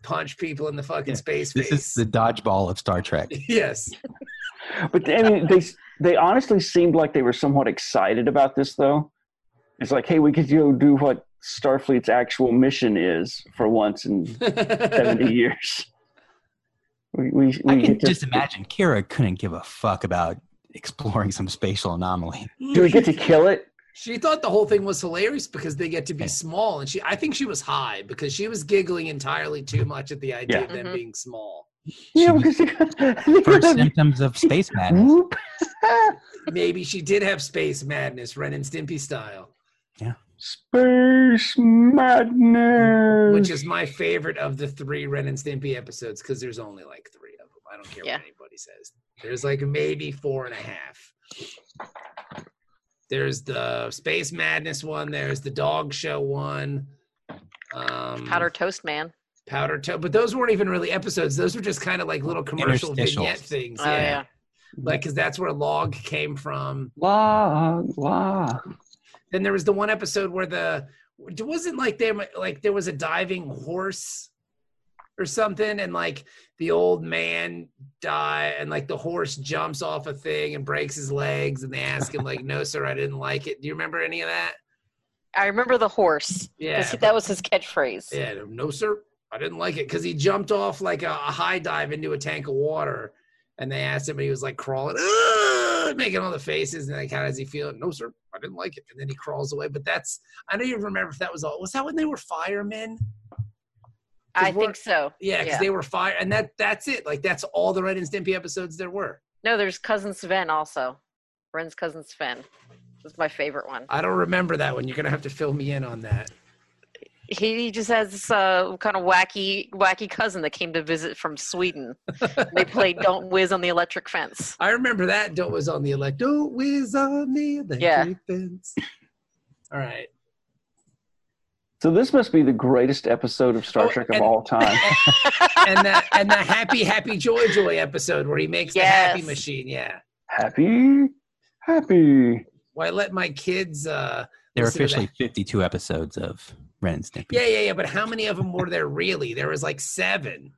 Speaker 3: punch people in the fucking
Speaker 5: Yeah,
Speaker 3: space
Speaker 5: This
Speaker 3: face.
Speaker 5: is the dodgeball of Star Trek.
Speaker 3: yes.
Speaker 6: Yeah. But I mean, they they honestly seemed like they were somewhat excited about this, though. It's like, hey, we could go do what Starfleet's actual mission is for once in seventy years. We we, we
Speaker 5: I can
Speaker 6: get to-
Speaker 5: just imagine Kira couldn't give a fuck about exploring some spatial anomaly.
Speaker 6: Do we get to kill it?
Speaker 3: She thought the whole thing was hilarious because they get to be
Speaker 5: Yeah.
Speaker 3: small, and she—I think she was high because she was giggling entirely too much at the idea
Speaker 6: Yeah.
Speaker 3: of them
Speaker 4: Mhm.
Speaker 3: being small.
Speaker 5: She
Speaker 6: Yeah, because they got, they got
Speaker 5: First
Speaker 6: a-
Speaker 5: symptoms of space madness.
Speaker 6: whoop.
Speaker 3: Maybe she did have space madness, Ren and Stimpy style,
Speaker 6: Space madness.
Speaker 3: which is my favorite of the three Ren and Stimpy episodes because there's only like three of them. I don't care
Speaker 4: Yeah.
Speaker 3: what anybody says. There's like maybe four and a half. There's the space madness one. There's the dog show one. Um,
Speaker 4: Powder toast man.
Speaker 3: powder toe but those weren't even really episodes those were just kind of like little commercial vignette
Speaker 5: Interstitials.
Speaker 3: things
Speaker 4: Oh
Speaker 3: yeah,
Speaker 4: yeah.
Speaker 3: like because that's where log came from
Speaker 6: La la.
Speaker 3: then there was the one episode where the it wasn't like there like there was a diving horse or something and like the old man die and like the horse jumps off a thing and breaks his legs and they ask him like no sir i didn't like it do you remember any of that
Speaker 4: I remember the horse. 'cause
Speaker 3: yeah
Speaker 4: he- that was his catchphrase.
Speaker 3: Yeah, no, sir. I didn't like it because he jumped off like a, a high dive into a tank of water, and they asked him, and he was like crawling, "Ugh," making all the faces, and like, how does he feel? No, sir, I didn't like it, and then he crawls away. But that's I don't even remember if that was all. Was that when they were firemen?
Speaker 4: I
Speaker 3: His wor-
Speaker 4: think so.
Speaker 3: Yeah, because
Speaker 4: Yeah.
Speaker 3: they were fire, and that that's it. Like that's all the Red and Stimpy episodes there were.
Speaker 4: No, there's cousin Sven also. Ren's cousin Sven. This is my favorite one.
Speaker 3: I don't remember that one. You're gonna have to fill me in on that.
Speaker 4: He just has this uh, kind of wacky, wacky cousin that came to visit from Sweden. they played "Don't Whiz" on the electric fence.
Speaker 3: I remember that. Don't was on the elect. Don't whiz on the electric
Speaker 4: Yeah.
Speaker 3: fence. All right.
Speaker 6: So this must be the greatest episode of Star
Speaker 3: Oh,
Speaker 6: Trek
Speaker 3: and-
Speaker 6: of all time.
Speaker 3: and the and the happy happy joy joy episode where he makes the happy
Speaker 4: Yes.
Speaker 3: machine. Yeah.
Speaker 6: happy, happy.
Speaker 3: Well, I let my kids. uh
Speaker 5: There are
Speaker 3: Listen to
Speaker 5: officially 52 episodes of Ren and Stimpy.
Speaker 3: Yeah, yeah, yeah. But how many of them were there really? There was like seven.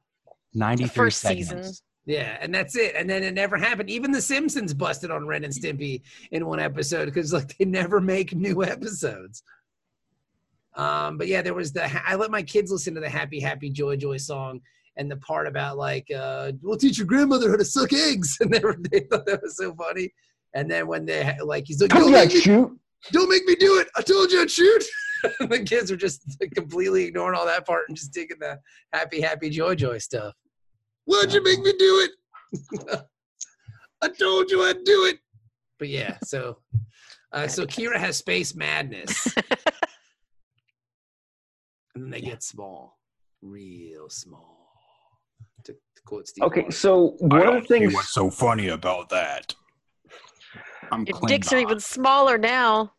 Speaker 5: 93
Speaker 4: first
Speaker 5: segments.
Speaker 4: season.
Speaker 3: Yeah, and that's it. And then it never happened. Even The Simpsons busted on Ren and Stimpy in one episode because like they never make new episodes. Um, but yeah, there was the I let my kids listen to the Happy Happy Joy Joy song and the part about like uh, we'll teach your grandmother how to suck eggs, and they, were, they thought that was so funny. And then when they ha- like he's like,
Speaker 6: Come
Speaker 3: don't
Speaker 6: back,
Speaker 3: make, me,
Speaker 6: shoot.
Speaker 3: don't make me do it. I told you I'd shoot. And the kids were just completely ignoring all that part and just taking the happy, happy, joy, joy stuff. Why'd you make me do it? I told you I'd do it. But yeah, so uh, so Kira has space madness, and then they get small, real small. To, to quote Steve.
Speaker 6: Okay,
Speaker 3: Martin.
Speaker 6: so one of the things
Speaker 7: so funny about that? I'm
Speaker 4: Your
Speaker 7: Klingon.
Speaker 4: dicks are even smaller now.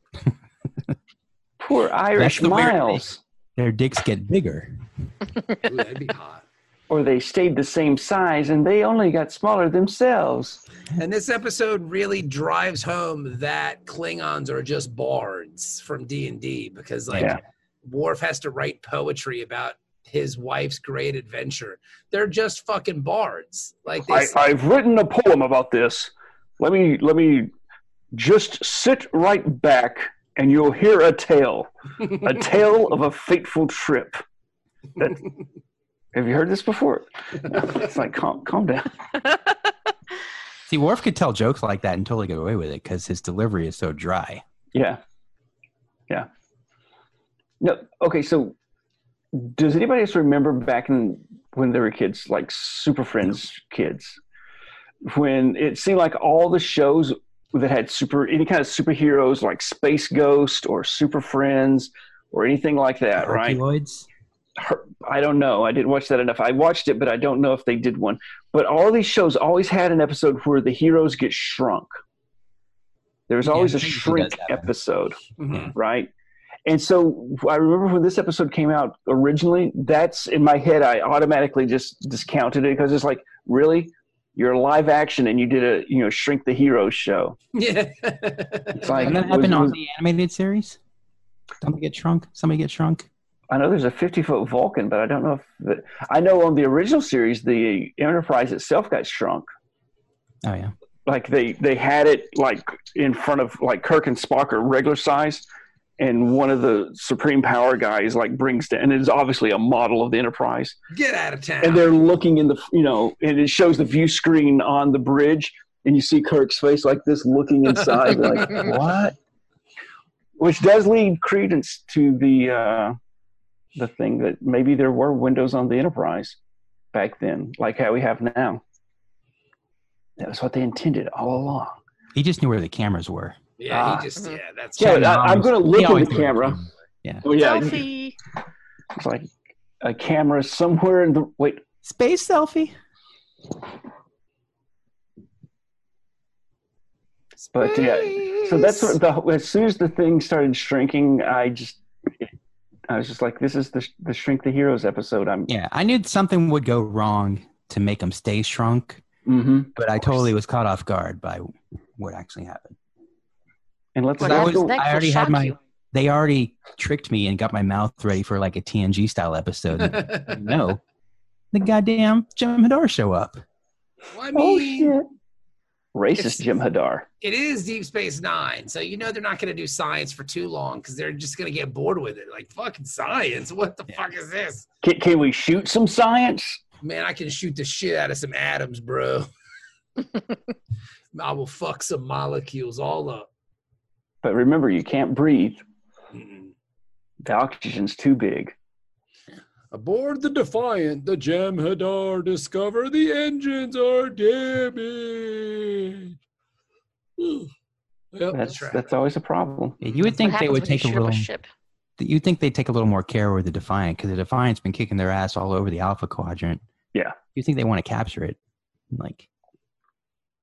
Speaker 6: poor Irish
Speaker 5: the weird thing.
Speaker 6: Miles,
Speaker 5: Their dicks get bigger.
Speaker 3: Ooh, that'd be hot.
Speaker 6: or they stayed the same size and they only got smaller themselves.
Speaker 3: And this episode really drives home that Klingons are just bards from D and D because like
Speaker 6: Yeah.
Speaker 3: Worf has to write poetry about his wife's great adventure. They're just fucking bards. Like they
Speaker 6: I, I've written a poem about this. Let me let me just sit right back and you'll hear a tale. A tale of a fateful trip. That, have you heard this before? It's like calm calm down.
Speaker 5: See, Worf could tell jokes like that and totally get away with it because his delivery is so dry.
Speaker 6: Yeah. Yeah. No, okay, so does anybody else remember back in when they were kids, like Super Friends kids, when it seemed like all the shows that had super any kind of superheroes like Space Ghost or Super Friends or anything like that, right?
Speaker 5: Herculoids?
Speaker 6: Her- I don't know. I didn't watch that enough. I watched it, but I don't know if they did one. But all these shows always had an episode where the heroes get shrunk. There was
Speaker 5: Yeah,
Speaker 6: always a
Speaker 5: it usually does
Speaker 6: shrink
Speaker 5: happen.
Speaker 6: episode
Speaker 3: Mhm.
Speaker 6: right? And so I remember when this episode came out originally, that's in my head, I automatically just discounted it because it's like, really? You're live action and you did a, you know, shrink the hero show.
Speaker 3: yeah.
Speaker 6: It's like,
Speaker 5: Didn't that
Speaker 6: was-
Speaker 5: happen on
Speaker 6: was-
Speaker 5: the animated series? Somebody get shrunk? Somebody get shrunk?
Speaker 6: I know there's a 50 foot Vulcan, but I don't know if, the, I know on the original series, the Enterprise itself got shrunk.
Speaker 5: Oh, yeah.
Speaker 6: Like they, they had it like in front of like Kirk and Spock are regular size. And one of the supreme power guys like brings down, and it's obviously a model of the Enterprise.
Speaker 3: Get out of town.
Speaker 6: and they're looking in the you know and it shows the view screen on the bridge and you see kirk's face like this looking inside like
Speaker 5: Mm.
Speaker 6: what which does lead credence to the uh the thing that maybe there were windows on the enterprise back then like how we have now that was what they intended all along
Speaker 5: He just knew where the cameras were.
Speaker 3: yeah,
Speaker 6: Ah.
Speaker 3: he just yeah, that's
Speaker 6: yeah
Speaker 5: Checking
Speaker 6: I, i'm
Speaker 5: arms.
Speaker 6: gonna
Speaker 5: He
Speaker 6: look
Speaker 5: always
Speaker 6: at the
Speaker 5: knew where
Speaker 6: camera
Speaker 5: cameras were.
Speaker 6: oh yeah
Speaker 4: Selfie.
Speaker 6: it's like a camera somewhere in the wait
Speaker 5: Space selfie?
Speaker 6: But yeah, so that's what the as soon as the thing started shrinking, I just I was just like, this is the the shrink the heroes episode. I'm
Speaker 5: Yeah, I knew something would go wrong to make him stay shrunk,
Speaker 6: mm-hmm.
Speaker 5: but I totally was caught off guard by what actually happened.
Speaker 6: and let's
Speaker 4: What
Speaker 5: I
Speaker 6: not
Speaker 5: was-
Speaker 4: happens
Speaker 6: go.
Speaker 4: next
Speaker 5: I
Speaker 4: will
Speaker 5: already had
Speaker 4: shock
Speaker 5: my-
Speaker 4: you.
Speaker 5: They already tricked me and got my mouth ready for like a TNG style episode. no, the goddamn Jim Hadar show up.
Speaker 3: Well, I
Speaker 6: Oh
Speaker 3: mean,
Speaker 6: shit!
Speaker 3: It's-
Speaker 6: Racist Jim Hadar.
Speaker 3: it is Deep Space Nine, so you know they're not going to do science for too long because they're just going to get bored with it. Like fucking science, what the fuck is this?
Speaker 6: Can, can we shoot some science?
Speaker 3: Man, I can shoot the shit out of some atoms, bro. I will fuck some molecules all up.
Speaker 6: But remember, you can't breathe.
Speaker 3: Mm-mm.
Speaker 6: The oxygen's too big.
Speaker 1: Aboard the Defiant, the Jamhadar discover the engines are damaged.
Speaker 3: Yep,
Speaker 6: That's
Speaker 3: right.
Speaker 6: that's always a problem.
Speaker 5: Yeah, You would
Speaker 4: What
Speaker 5: think they
Speaker 4: happens
Speaker 5: would
Speaker 4: when you
Speaker 5: take a
Speaker 4: shoot up
Speaker 5: little.
Speaker 4: ship?
Speaker 5: You think they would take a little more care with the Defiant because the Defiant's been kicking their ass all over the Alpha Quadrant.
Speaker 6: Yeah.
Speaker 5: You think they want to capture it, like.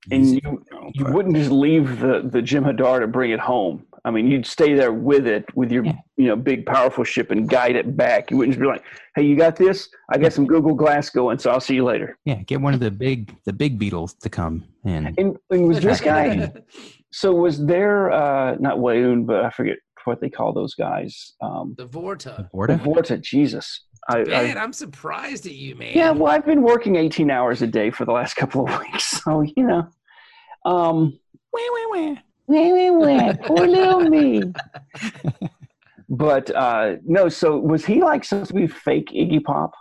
Speaker 6: And
Speaker 5: easy.
Speaker 6: you
Speaker 5: No,
Speaker 6: you
Speaker 5: but-
Speaker 6: wouldn't just leave the the Jim Hadar to bring it home. I mean, you'd stay there with it with your
Speaker 5: Yeah.
Speaker 6: you know big powerful ship and guide it back. You wouldn't just be like, "Hey, you got this? I got some Google Glass going, so I'll see you later."
Speaker 5: Yeah, get one of the big the big beetles to come and
Speaker 6: And, and was this guy? So was there uh, not Wayoon, but I forget what they call those guys. Um,
Speaker 3: the Vorta.
Speaker 5: Orta?
Speaker 6: Vorta, Jesus. I,
Speaker 3: Man,
Speaker 6: I,
Speaker 3: I'm surprised at you, man.
Speaker 6: yeah, well, I've been working eighteen hours a day for the last couple of weeks, so you know. Um,
Speaker 5: Wah, wah, wah.
Speaker 6: Wah, wah, wah. Poor little me. but uh, no, so was he like supposed to be fake Iggy Pop?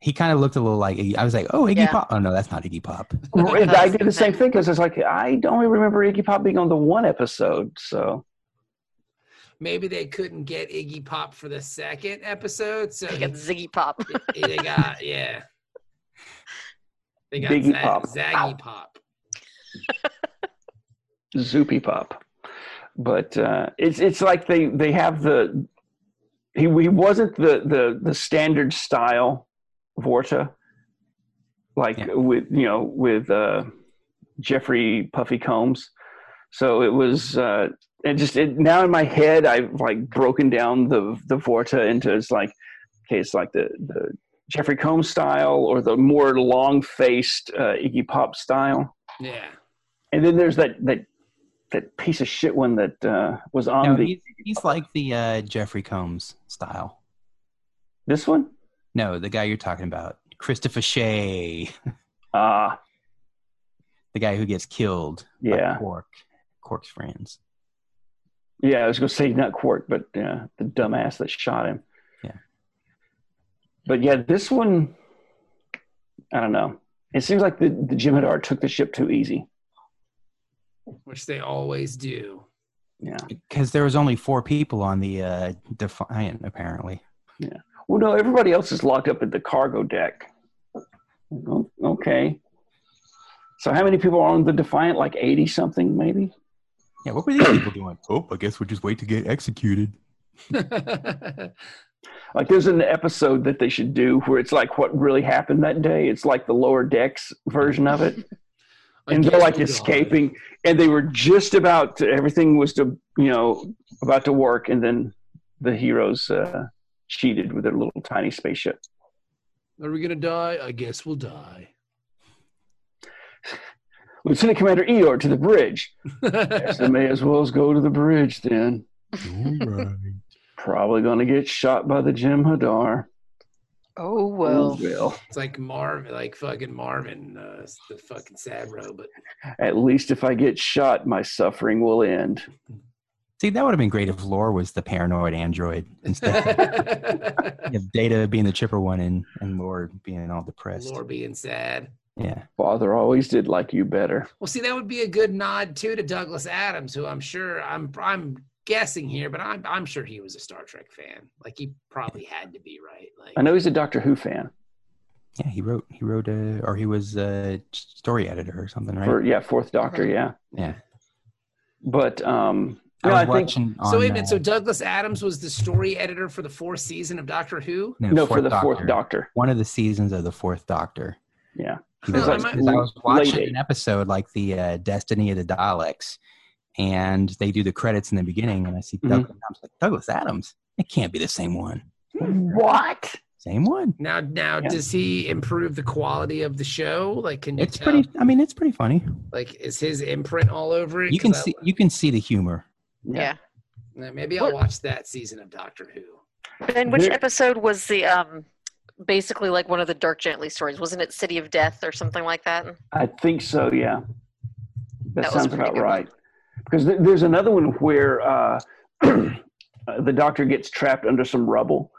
Speaker 5: He kind of looked a little like Iggy. I was like, oh, Iggy
Speaker 4: Yeah.
Speaker 5: Pop. Oh no, that's not Iggy Pop.
Speaker 6: Right, I did the same thing because it's like I only remember Iggy Pop being on the one episode. So
Speaker 3: Maybe they couldn't get Iggy Pop for the second episode, so
Speaker 4: They
Speaker 3: he-
Speaker 4: got Ziggy Pop.
Speaker 3: he- they got yeah. They got
Speaker 6: Biggie
Speaker 3: Zag-
Speaker 6: Pop.
Speaker 3: Zaggy Pop.
Speaker 6: Zoopy Pop, but uh, it's it's like they they have the he he wasn't the the the standard style Vorta like
Speaker 5: Yeah.
Speaker 6: with you know with uh, Jeffrey Puffy Combs. So it was uh, it just it, now in my head I've like broken down the the Vorta into it's like okay it's like the the Jeffrey Combs style or the more long faced uh, Iggy Pop style.
Speaker 3: Yeah.
Speaker 6: And then there's that that that piece of shit one that uh, was on
Speaker 5: No,
Speaker 6: the
Speaker 5: he's, he's like the uh, Jeffrey Combs style.
Speaker 6: this one.
Speaker 5: No, the guy you're talking about, Christopher Shea,
Speaker 6: Ah,
Speaker 5: the guy who gets killed
Speaker 6: yeah,
Speaker 5: by Cork, Cork's friends.
Speaker 6: yeah. I was gonna say not Quark, but uh, the dumbass that shot him.
Speaker 5: Yeah.
Speaker 6: But yeah, this one, I don't know. It seems like the the Jimidar took the ship too easy.
Speaker 3: Which they always do.
Speaker 6: Yeah.
Speaker 5: Because there was only four people on the uh, Defiant, apparently.
Speaker 6: Well, no, everybody else is locked up at the cargo deck. O- Okay. So how many people are on the Defiant? Like eighty something, maybe.
Speaker 5: Yeah, what were these people doing? Oh, I guess we'll just wait to get executed.
Speaker 6: Like there's an episode that they should do where it's like what really happened that day. It's like the lower decks version of it. And they're like escaping and they were just about to, everything was to you know about to work and then the heroes uh, cheated with their little tiny spaceship.
Speaker 3: Are we gonna die? I guess we'll die.
Speaker 6: Lieutenant Commander Eeyore to the bridge. Guess they may as well go to the bridge then. Probably gonna get shot by the Jim Hadar.
Speaker 4: oh
Speaker 6: Oh,
Speaker 4: well.
Speaker 6: well.
Speaker 3: It's like Marvin, like fucking Marvin, uh, the fucking sad robot.
Speaker 6: At least if I get shot, my suffering will end.
Speaker 5: See, that would have been great if Lore was the paranoid android instead of Data being the chipper one and, and Lore being all depressed.
Speaker 3: Lore being sad.
Speaker 5: Yeah.
Speaker 6: Father always did like you better.
Speaker 3: Well, see, that would be a good nod too to Douglas Adams, who I'm sure I'm I'm guessing here, but I'm I'm sure he was a Star Trek fan. Like he probably had to be, right? Like
Speaker 6: I know he's a Doctor Who fan.
Speaker 5: Yeah, he wrote, he wrote, uh, or he was a story editor or something, right?
Speaker 6: For yeah, Fourth Doctor, yeah.
Speaker 5: yeah.
Speaker 6: But um
Speaker 5: I
Speaker 6: no,
Speaker 5: was
Speaker 6: I think
Speaker 5: watching on,
Speaker 3: So wait a minute.
Speaker 5: uh,
Speaker 3: So Douglas Adams was the story editor for the fourth season of Doctor Who.
Speaker 5: no,
Speaker 6: no for the Fourth
Speaker 5: Doctor.
Speaker 6: Doctor.
Speaker 5: One of the seasons of the Fourth Doctor.
Speaker 6: Yeah.
Speaker 5: He
Speaker 3: Huh,
Speaker 5: was
Speaker 3: I
Speaker 5: like-
Speaker 3: might-
Speaker 5: 'cause I was
Speaker 6: Late
Speaker 5: watching
Speaker 6: eight.
Speaker 5: an episode like the uh, Destiny of the Daleks, and they do the credits in the beginning, and I see
Speaker 6: Mhm.
Speaker 5: Douglas Adams. Like Douglas Adams, it can't be the same one.
Speaker 6: What?
Speaker 5: Same one.
Speaker 3: Now, now,
Speaker 6: Yeah.
Speaker 3: does he improve the quality of the show? Like, can you
Speaker 5: It's
Speaker 3: tell?
Speaker 5: pretty. I mean, it's pretty funny.
Speaker 3: Like, is his imprint all over it?
Speaker 5: You can
Speaker 3: 'Cause I-
Speaker 5: see. You can see the humor.
Speaker 4: Yeah.
Speaker 3: Uh, Maybe I'll watch that season of Doctor Who.
Speaker 4: Then which
Speaker 6: There-
Speaker 4: episode was the um basically like one of the Dirk Gently stories? Wasn't it City of Death or something like that?
Speaker 6: I think so, yeah. That,
Speaker 4: That was a
Speaker 6: sounds
Speaker 4: pretty
Speaker 6: about
Speaker 4: good one.
Speaker 6: right. Because th- there's another one where uh, uh, the doctor gets trapped under some rubble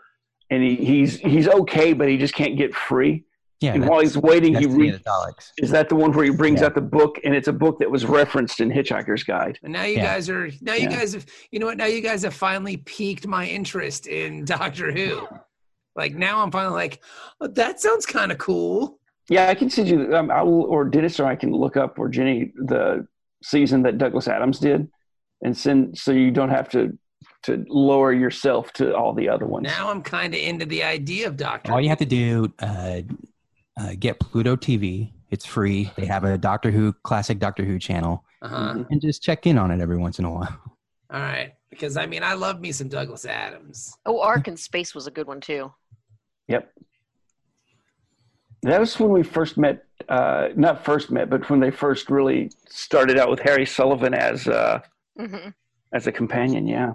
Speaker 6: and he, he's he's okay, but he just can't get free.
Speaker 5: Yeah.
Speaker 6: and
Speaker 5: that-
Speaker 6: while he's waiting, he
Speaker 5: Destiny
Speaker 6: reads.
Speaker 5: of the Daleks.
Speaker 6: Is that the one where he brings
Speaker 5: Yeah.
Speaker 6: out the book and it's a book that was referenced in Hitchhiker's Guide?
Speaker 3: And now you
Speaker 5: Yeah.
Speaker 3: guys are now you
Speaker 6: Yeah.
Speaker 3: guys have you know what now you guys have finally piqued my interest in Doctor Who. Like now I'm finally like oh, that sounds kind of cool.
Speaker 6: Yeah, I can send you. Um, I will, or Dennis, or I can look up or Jenny the season that Douglas Adams did, and send so you don't have to to lower yourself to all the other ones.
Speaker 3: Now I'm kind of into the idea of Doctor.
Speaker 5: All you have to do, uh, uh, get Pluto TV. It's free. They have a Doctor Who classic Doctor Who channel,
Speaker 3: Uh-huh.
Speaker 5: and just check in on it every once in a while.
Speaker 3: All right, because I mean I love me some Douglas Adams.
Speaker 4: Oh, Ark in Space was a good one too.
Speaker 6: That was when we first met. Uh, not first met, but when they first really started out with Harry Sullivan as uh,
Speaker 4: Mm-hmm.
Speaker 6: as a companion. Yeah,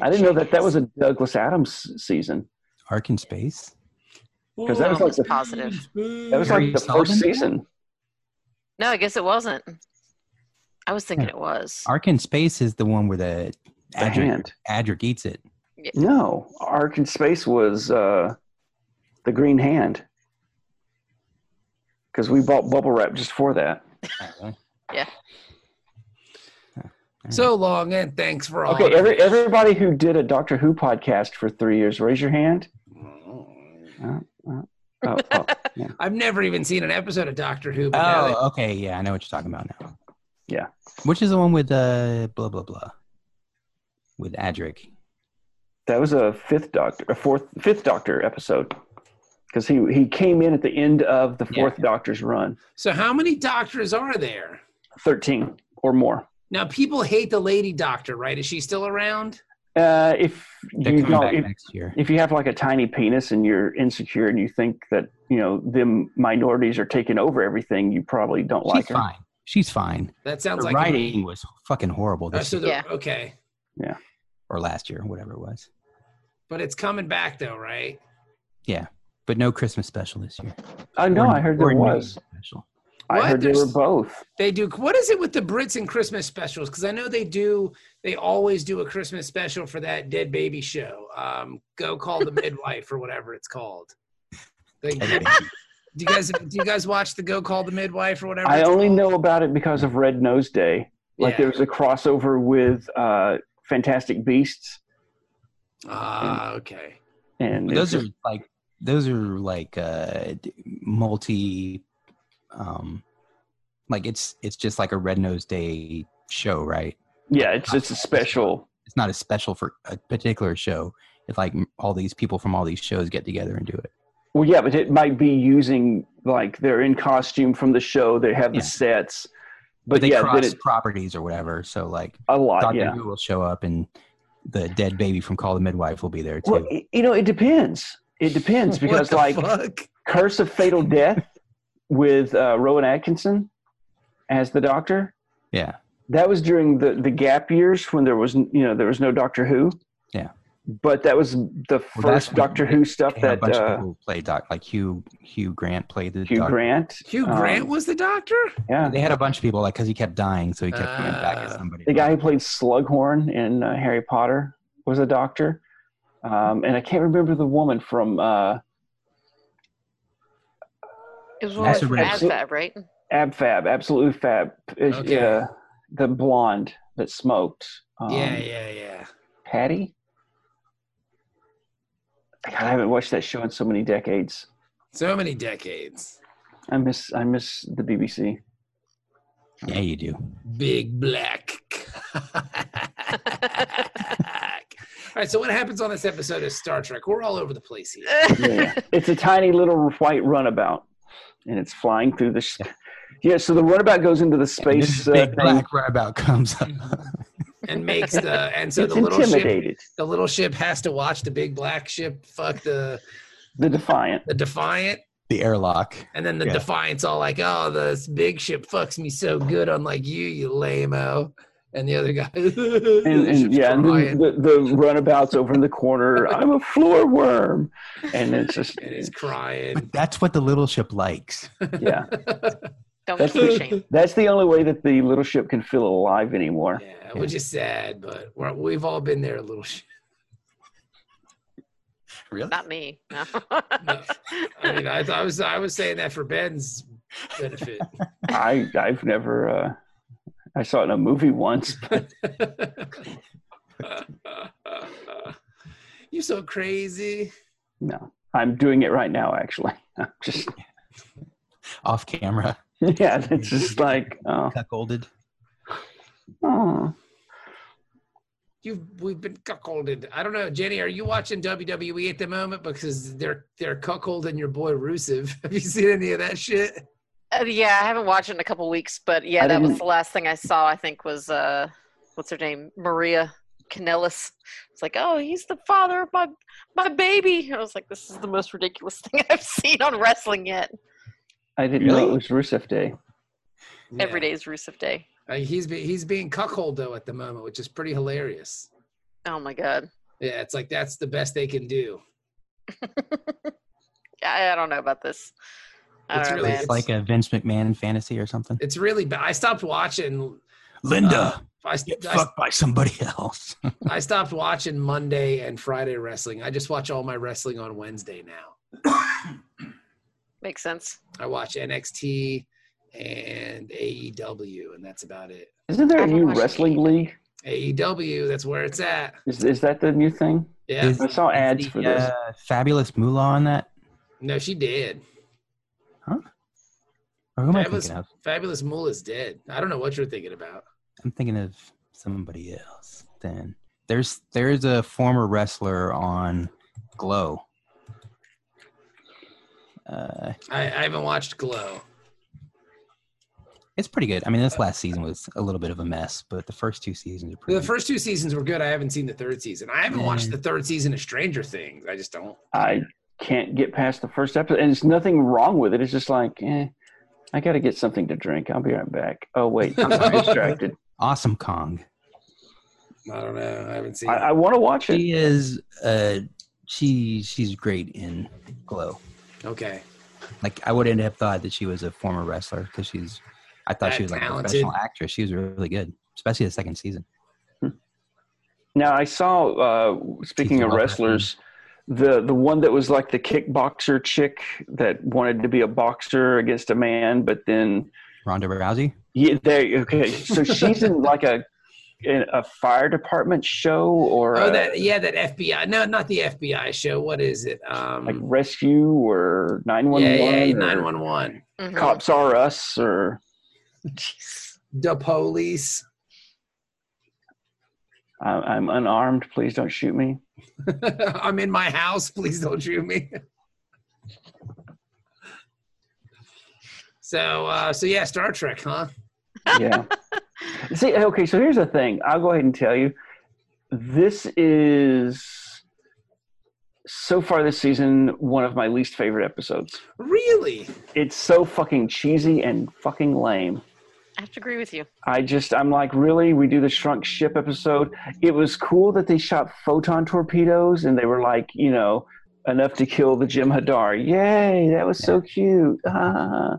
Speaker 6: I didn't know that that was a Douglas Adams season
Speaker 5: Ark in space.
Speaker 6: because that was like
Speaker 4: Almost
Speaker 6: the,
Speaker 4: positive.
Speaker 6: that was
Speaker 5: Harry
Speaker 6: like the
Speaker 5: Sullivan?
Speaker 6: first season.
Speaker 4: No, I guess it wasn't. I was thinking it was.
Speaker 5: Ark in space is the one where the
Speaker 6: The
Speaker 5: Adric,
Speaker 6: hand.
Speaker 5: Adric eats it.
Speaker 6: No, Ark in Space was uh, the Green Hand. because we bought bubble wrap just for that.
Speaker 5: Oh, really? Mm.
Speaker 3: So long, and thanks for all.
Speaker 6: Okay, every, everybody who did a Doctor Who podcast for three years, raise your hand. Uh, Oh, oh,
Speaker 3: I've never even seen an episode of Doctor Who. But now they-
Speaker 5: Oh, okay. Yeah, I know what you're talking about now.
Speaker 6: Yeah.
Speaker 5: Which is the one with uh, blah, blah, blah. With Adric.
Speaker 6: that was a fifth Doctor, a fourth, fifth Doctor episode, because he he came in at the end of the fourth Doctor's run,
Speaker 3: so how many doctors are there
Speaker 6: thirteen or more.
Speaker 3: now? People hate the lady doctor, right? Is she still around?
Speaker 6: Uh, if
Speaker 5: They're
Speaker 6: you
Speaker 5: coming back
Speaker 6: don't, if,
Speaker 5: next year.
Speaker 6: if you have like a tiny penis and you're insecure and you think that you know them minorities are taking over everything, you probably don't
Speaker 5: She's
Speaker 6: like her.
Speaker 5: fine. She's fine.
Speaker 3: That sounds
Speaker 5: The
Speaker 3: like
Speaker 5: writing was fucking horrible
Speaker 3: Uh,
Speaker 5: this
Speaker 3: so
Speaker 5: year,
Speaker 3: the-
Speaker 4: Yeah.
Speaker 3: Okay,
Speaker 5: or last year, whatever it was.
Speaker 3: but it's coming back though, right?
Speaker 5: But no Christmas special this year.
Speaker 6: I know.
Speaker 5: Or-
Speaker 6: I heard
Speaker 5: or
Speaker 6: there
Speaker 5: New
Speaker 6: was.
Speaker 5: Year's Special.
Speaker 6: I
Speaker 3: What?
Speaker 6: heard there were
Speaker 3: There's-
Speaker 6: both.
Speaker 3: They do. What is it with the Brits and Christmas specials? Because I know they do. They always do a Christmas special for that dead baby show. Um, Go call the midwife or whatever it's called. They- do you guys do you guys watch the Go Call the Midwife or whatever?
Speaker 6: I
Speaker 3: it's
Speaker 6: only
Speaker 3: called?
Speaker 6: know about it because of Red Nose Day. Like
Speaker 3: Yeah.
Speaker 6: there was a crossover with uh, Fantastic Beasts,
Speaker 3: Ah, okay.
Speaker 6: and
Speaker 5: But
Speaker 6: it was
Speaker 5: those are
Speaker 6: just-
Speaker 5: like those are like uh d- multi um like it's it's just like a red nose day show right
Speaker 6: yeah, it's it's a special.
Speaker 5: it's not a special for a particular show it's like m- all these people from all these shows get together and do it
Speaker 6: Well, yeah, but it might be using like they're in costume from the show. They have
Speaker 5: Yeah.
Speaker 6: the sets,
Speaker 5: but
Speaker 6: but,
Speaker 5: they
Speaker 6: yeah,
Speaker 5: cross
Speaker 6: then it,
Speaker 5: properties or whatever so like
Speaker 6: a lot.
Speaker 5: doctor
Speaker 6: yeah,
Speaker 5: who will show up and the dead baby from call the midwife will be there too
Speaker 6: well, y- you know, it depends. It depends
Speaker 3: What
Speaker 6: because
Speaker 3: the
Speaker 6: like
Speaker 3: fuck?
Speaker 6: Curse of Fatal Death with uh, Rowan Atkinson as the Doctor.
Speaker 5: yeah
Speaker 6: That was during the the gap years when there was n- you know there was no Doctor Who.
Speaker 5: Yeah.
Speaker 6: But that was the
Speaker 5: that's
Speaker 6: first
Speaker 5: when
Speaker 6: Doctor Who stuff
Speaker 5: They had a
Speaker 6: that
Speaker 5: bunch of
Speaker 6: uh,
Speaker 5: people play doc like hugh hugh grant played the
Speaker 6: Hugh
Speaker 5: doc-
Speaker 6: Grant.
Speaker 3: Hugh
Speaker 6: um,
Speaker 3: Grant was the doctor.
Speaker 6: yeah.
Speaker 5: they had a bunch of people like because he kept dying so he kept coming back as
Speaker 3: Ah.
Speaker 5: somebody
Speaker 6: The guy who played Slughorn in uh, Harry Potter was a doctor. Um, and I can't remember the woman from uh,
Speaker 4: It was one of
Speaker 5: That's
Speaker 4: those
Speaker 5: a
Speaker 4: Mad
Speaker 5: risk.
Speaker 4: Fab, right?
Speaker 6: Abfab, Absolute Fab. is-
Speaker 3: Okay.
Speaker 6: Yeah. The blonde that smoked. Um,
Speaker 3: yeah, yeah, yeah.
Speaker 6: Patty? God, I haven't watched that show in so many decades.
Speaker 3: So many decades.
Speaker 6: I miss I miss the BBC.
Speaker 5: yeah you do
Speaker 3: Big black. cock. all right. So what happens on this episode of Star Trek? We're all over the place here.
Speaker 6: Yeah. it's a tiny little white runabout, and it's flying through the. s- Yeah, so the runabout goes into the space.
Speaker 5: This
Speaker 6: uh,
Speaker 5: big
Speaker 6: thing.
Speaker 5: black runabout comes up.
Speaker 3: and makes the and so
Speaker 6: It's
Speaker 3: the little ship
Speaker 6: intimidated.
Speaker 3: the little ship has to watch the big black ship fuck the
Speaker 6: The Defiant.
Speaker 3: the defiant
Speaker 5: the airlock.
Speaker 3: and then the
Speaker 5: Yeah.
Speaker 3: defiant's all like oh this big ship fucks me so good unlike you you lameo and the other guy
Speaker 6: And, and yeah, and
Speaker 3: crying.
Speaker 6: then the, the runabout's over in the corner. I'm a floor worm, and it's just
Speaker 3: and he's crying
Speaker 5: But that's what the little ship likes.
Speaker 6: yeah.
Speaker 4: Don't
Speaker 6: That's
Speaker 4: be
Speaker 6: the-
Speaker 4: ashamed.
Speaker 6: That's the only way that the little ship can feel alive anymore.
Speaker 3: yeah which is sad but we're, we've all been there a little shit.
Speaker 5: Really?
Speaker 4: Not me. No.
Speaker 3: No. i mean I, I was i was saying that for ben's benefit
Speaker 6: I I've never uh, I saw it in a movie once.
Speaker 3: you're so crazy
Speaker 6: No, I'm doing it right now. Actually, I'm just
Speaker 5: Off camera,
Speaker 6: yeah. It's just like oh,
Speaker 5: cuckolded.
Speaker 6: oh.
Speaker 3: You've we've been cuckolded. I don't know, Jenny. Are you watching WWE at the moment? Because they're they're cuckolding your boy Rusev. Have you seen any of that shit?
Speaker 4: Uh, yeah, I haven't watched it in a couple weeks, but yeah,
Speaker 6: I
Speaker 4: that was
Speaker 6: didn't-
Speaker 4: the last thing I saw. I think was uh, what's her name, Maria Canellis. It's like, oh, he's the father of my my baby. I was like, this is the most ridiculous thing I've seen on wrestling yet.
Speaker 6: I didn't know it was Rusev Day.
Speaker 4: Every day is Rusev Day.
Speaker 3: Uh, he's be, he's being cuckolded though at the moment, which is pretty hilarious.
Speaker 4: Oh my god,
Speaker 3: Yeah, it's like that's the best they can do.
Speaker 4: I, I don't know about this. I
Speaker 3: It's
Speaker 4: don't know,
Speaker 3: really-
Speaker 4: man.
Speaker 5: It's like a Vince McMahon fantasy or something.
Speaker 3: It's really bad. I stopped watching.
Speaker 5: Linda,
Speaker 3: I,
Speaker 5: get
Speaker 3: Uh, I,
Speaker 5: fucked by somebody else.
Speaker 3: I stopped watching Monday and Friday wrestling. I just watch all my wrestling on Wednesday now.
Speaker 4: Makes sense.
Speaker 3: I watch NXT and AEW, and that's about it.
Speaker 6: Isn't there a
Speaker 4: Haven't
Speaker 6: new
Speaker 4: watched
Speaker 6: wrestling
Speaker 4: AEW.
Speaker 6: league?
Speaker 3: AEW, that's where it's at.
Speaker 6: Is is that the new thing?
Speaker 3: Yeah.
Speaker 5: Is-
Speaker 6: I saw ads
Speaker 5: the,
Speaker 6: for this.
Speaker 5: uh, fabulous Moolah on that?
Speaker 3: no, she did.
Speaker 5: Or who am I
Speaker 3: Fabulous-
Speaker 5: thinking of?
Speaker 3: Fabulous Moolah is dead. I don't know what you're thinking about.
Speaker 5: I'm thinking of somebody else. Then there's there's a former wrestler on Glow. Uh,
Speaker 3: I, I haven't watched Glow.
Speaker 5: it's pretty good. I mean, this last season was a little bit of a mess, but the first two seasons are pretty.
Speaker 3: The first two seasons were good. I haven't seen the third season. I haven't watched
Speaker 6: Mm.
Speaker 3: the third season of Stranger Things. I just don't.
Speaker 6: I can't get past the first episode, and it's nothing wrong with it. It's just like, eh, I got to get something to drink. I'll be right back. Oh wait, I'm distracted.
Speaker 5: awesome Kong.
Speaker 3: I don't know. I haven't seen.
Speaker 6: I,
Speaker 3: it.
Speaker 6: I want to watch it.
Speaker 5: She is uh she she's great in Glow.
Speaker 3: okay.
Speaker 5: Like I would have thought that she was a former wrestler because she's I thought
Speaker 3: That
Speaker 5: she was like
Speaker 3: talented.
Speaker 5: a professional actress. She was really good, especially the second season.
Speaker 6: Now I saw. Uh, speaking
Speaker 5: She's
Speaker 6: of
Speaker 5: a-
Speaker 6: wrestlers, the the one that was like the kickboxer chick that wanted to be a boxer against a man, but then
Speaker 5: Ronda Rousey.
Speaker 6: yeah, they okay. So she's in like a in a fire department show or
Speaker 3: Oh,
Speaker 6: a,
Speaker 3: that yeah, that FBI. No, not the FBI show. What is it? Um,
Speaker 6: like rescue or nine one
Speaker 3: yeah, yeah,
Speaker 6: one
Speaker 3: nine one one.
Speaker 4: Mhm.
Speaker 6: cops are us or
Speaker 3: The police.
Speaker 6: I'm, I'm unarmed. Please don't shoot me.
Speaker 3: I'm in my house. Please don't shoot me. so, uh, so yeah, Star Trek, huh?
Speaker 6: Yeah. See, okay, so here's the thing. I'll go ahead and tell you. This is so far this season one of my least favorite episodes.
Speaker 3: Really?
Speaker 6: It's so fucking cheesy and fucking lame.
Speaker 4: I have to agree with you.
Speaker 6: I just I'm like, really? We do the shrunk ship episode. It was cool that they shot photon torpedoes and they were like, you know, enough to kill the Jim Hadar. Yay, that was so cute. Ah.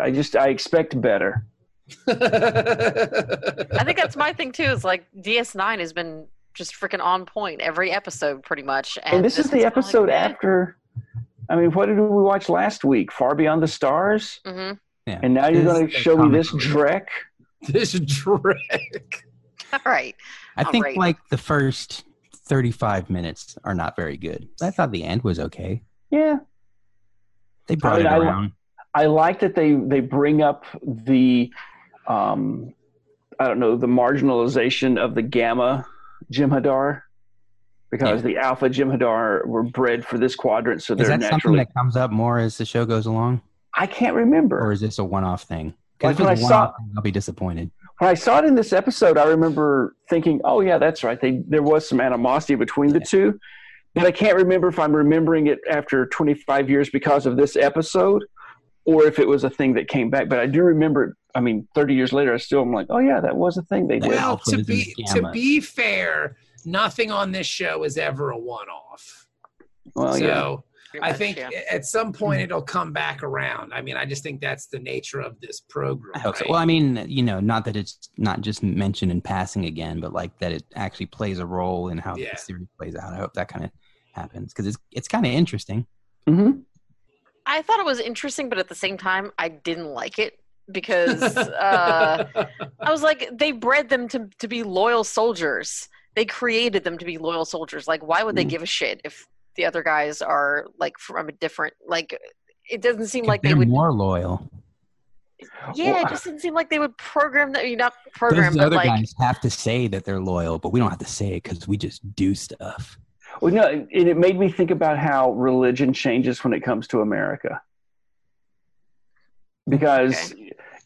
Speaker 6: I just I expect better.
Speaker 4: I think that's my thing too. Is like DS9 has been just freaking on point every episode, pretty much. And,
Speaker 6: And Oh, this is the
Speaker 4: kinda like
Speaker 6: episode
Speaker 4: that.
Speaker 6: after. I mean, what did we watch last week? Far Beyond the Stars.
Speaker 4: Mhm.
Speaker 5: Yeah.
Speaker 6: And now you're
Speaker 5: This
Speaker 6: going
Speaker 5: is
Speaker 6: to
Speaker 5: a
Speaker 6: show me
Speaker 5: comic
Speaker 6: this
Speaker 5: book.
Speaker 6: Drek.
Speaker 3: this Drek.
Speaker 4: All right.
Speaker 5: I think
Speaker 4: Alright.
Speaker 5: like the first 35 minutes are not very good. I thought the end was okay.
Speaker 6: Yeah,
Speaker 5: They brought
Speaker 6: mean,
Speaker 5: it
Speaker 6: I-
Speaker 5: around.
Speaker 6: I like that they they bring up the, um, I don't know, the marginalization of the Gamma Jim Hadar, because the Alpha Jim Hadar were bred for this quadrant, so
Speaker 5: is
Speaker 6: they're
Speaker 5: that something
Speaker 6: naturally.
Speaker 5: that comes up more as the show goes along,
Speaker 6: I can't remember.
Speaker 5: or is this a one-off thing?
Speaker 6: Like
Speaker 5: Because if
Speaker 6: when
Speaker 5: it's
Speaker 6: I
Speaker 5: a
Speaker 6: saw-
Speaker 5: one-off, thing, I'll be disappointed.
Speaker 6: when I saw it in this episode, I remember thinking, "Oh yeah, that's right. They, there was some animosity between the two, but I can't remember if I'm remembering it after 25 years because of this episode, or if it was a thing that came back. But I do remember. it. I mean, 30 years later, I still am like, "Oh yeah, that was a thing they did."
Speaker 3: Well,
Speaker 5: Alpha
Speaker 3: to
Speaker 5: is in
Speaker 3: be
Speaker 5: the
Speaker 3: to
Speaker 5: gamma.
Speaker 3: be fair, nothing on this show is ever a one-off.
Speaker 5: Oh,
Speaker 6: Well,
Speaker 3: so
Speaker 6: yeah,
Speaker 4: Pretty
Speaker 3: I
Speaker 4: much,
Speaker 3: think
Speaker 4: yeah.
Speaker 3: at some point
Speaker 5: Hmm.
Speaker 3: it'll come back around. I mean, I just think that's the nature of this program.
Speaker 5: I hope so.
Speaker 3: right?
Speaker 5: Well, I mean, you know, not that it's not just mentioned in passing again, but like that it actually plays a role in how
Speaker 3: Yeah.
Speaker 5: the series plays out. I hope that kind of happens because it's it's kind of interesting.
Speaker 6: hmm
Speaker 4: I thought it was interesting, but at the same time, I didn't like it because uh, I was like, they bred them to, to be loyal soldiers. They created them to be loyal soldiers. Like, why would they
Speaker 6: Mm.
Speaker 4: give a shit if the other guys are like from a different like? It doesn't seem
Speaker 5: If
Speaker 4: like they
Speaker 5: they're
Speaker 4: would.
Speaker 5: more loyal.
Speaker 4: yeah,
Speaker 6: Well,
Speaker 4: it just didn't seem like they would program that. You not
Speaker 5: Those
Speaker 4: program, but
Speaker 5: other
Speaker 4: like
Speaker 5: guys have to say that they're loyal, but we don't have to say it because we just do stuff.
Speaker 6: well, no, and it made me think about how religion changes when it comes to America, because.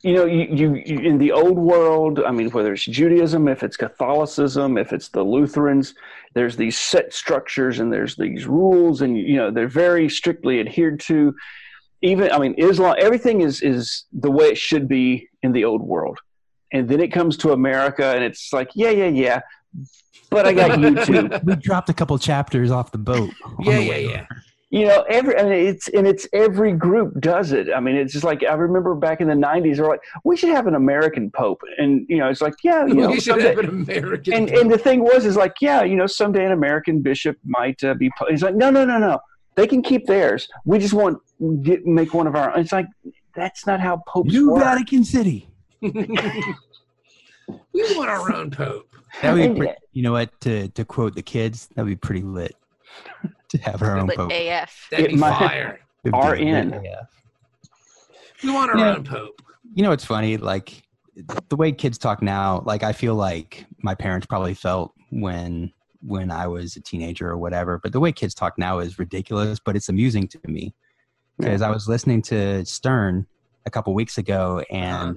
Speaker 6: You know, you, you, you in the old world. I mean, whether it's Judaism, if it's Catholicism, if it's the Lutherans, there's these set structures and there's these rules, and you know they're very strictly adhered to. Even I mean, Islam, everything is is the way it should be in the old world, and then it comes to America, and it's like, yeah, yeah, yeah, but I got YouTube.
Speaker 5: we dropped a couple chapters off the boat. on
Speaker 3: yeah,
Speaker 5: the
Speaker 3: yeah,
Speaker 5: way
Speaker 3: yeah.
Speaker 6: you know every and it's and it's every group does it i mean it's just like i remember back in the 90s they're like we should have an american pope and you know it's like yeah you know
Speaker 3: we should
Speaker 6: someday-
Speaker 3: have an American.
Speaker 6: and and the thing was is like yeah you know someday an american bishop might uh, be po-. he's like no no no no They can keep theirs. We just want get make one of our. It's like that's not how popes
Speaker 5: New
Speaker 6: work.
Speaker 5: Vatican City.
Speaker 3: We want our own pope.
Speaker 5: That would
Speaker 6: And-
Speaker 5: be pretty, you know what to to quote the kids. That'd be pretty lit to have our own
Speaker 4: Like
Speaker 5: pope.
Speaker 4: AF.
Speaker 3: That'd
Speaker 6: It
Speaker 3: be
Speaker 6: might-
Speaker 3: fire.
Speaker 5: It'd be lit
Speaker 6: RN.
Speaker 5: AF.
Speaker 3: We want our
Speaker 5: Yeah.
Speaker 3: own pope.
Speaker 5: You know, it's funny. Like the way kids talk now. Like I feel like my parents probably felt when when I was a teenager or whatever. But the way kids talk now is ridiculous. But it's amusing to me because I was listening to Stern a couple weeks ago, and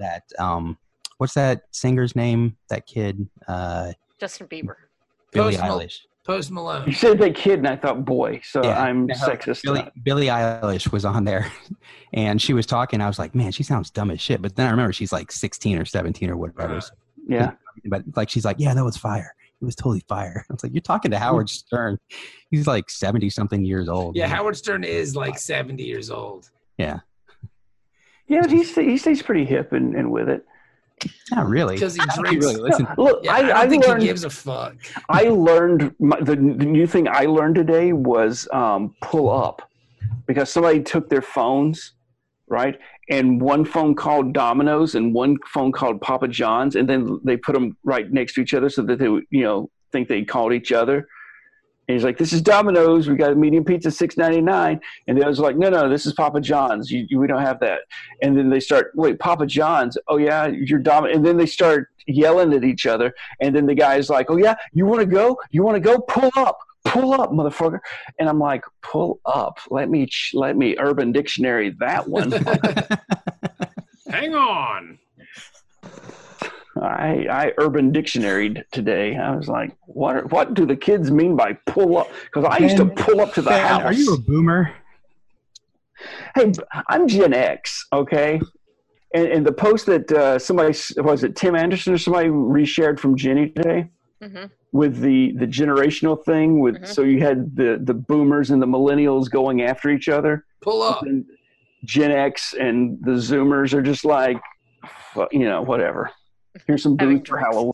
Speaker 3: Uh-huh.
Speaker 5: that um, what's that singer's name? That kid, uh,
Speaker 4: Justin Bieber.
Speaker 5: Billie
Speaker 3: Post Mal-
Speaker 5: Eilish.
Speaker 3: Post
Speaker 6: You
Speaker 3: Malone.
Speaker 6: said that kid, and I thought boy, so
Speaker 5: Yeah.
Speaker 6: I'm
Speaker 5: No,
Speaker 6: sexist.
Speaker 5: Billie, Billie Eilish was on there and she was talking. I was like, man, she sounds dumb as shit. But then I remember she's like 16 or 17 or whatever. So-
Speaker 6: Yeah,
Speaker 5: But like, she's like, yeah, that was fire. It was totally fire. I was like, you're talking to
Speaker 6: Mm-hmm.
Speaker 5: Howard Stern. He's like 70 something years old.
Speaker 3: Yeah, Howard Stern is like 70 years old.
Speaker 6: yeah, he stay, he stays pretty hip and, and with it.
Speaker 5: Not really.
Speaker 3: Because he
Speaker 5: I don't think he
Speaker 3: drinks.
Speaker 5: really listen.
Speaker 6: Look,
Speaker 3: Yeah, I,
Speaker 6: I,
Speaker 3: don't
Speaker 6: I,
Speaker 3: think
Speaker 6: learned
Speaker 3: he gives a fuck.
Speaker 6: I learned my, the, the new thing I learned today was um, pull up because somebody took their phones, right? And one phone called Domino's and one phone called Papa John's, and then they put them right next to each other so that they would, you know, think they called each other. And he's like, "This is Domino's. We got a medium pizza, six ninety nine. And the others are like, "No, no, this is Papa John's. You, you, we don't have that." And then they start, "Wait, Papa John's? Oh yeah, you're Dom." And then they start yelling at each other. And then the guy's like, "Oh yeah, you want to go? You want to go? Pull up, pull up, motherfucker!" And I'm like, "Pull up. Let me ch- let me Urban Dictionary that one.
Speaker 3: Hang on.
Speaker 6: I I Urban Dictionaried today. I was like, what are, what do the kids mean by pull up? Because I used to
Speaker 5: Ben-
Speaker 6: pull up to the
Speaker 5: Man,
Speaker 6: house.
Speaker 5: are you a boomer?
Speaker 6: hey, I'm Gen X, okay? And, and the post that uh, somebody was it Tim Anderson or somebody reshared from Jenny today.
Speaker 4: hmm
Speaker 6: with the the generational thing with
Speaker 4: Mhm.
Speaker 6: so you had the the boomers and the millennials going after each other
Speaker 3: Pull up.
Speaker 6: and gen x and the zoomers are just like fu- you know whatever here's some
Speaker 4: Having
Speaker 6: booze for
Speaker 4: drinks.
Speaker 6: halloween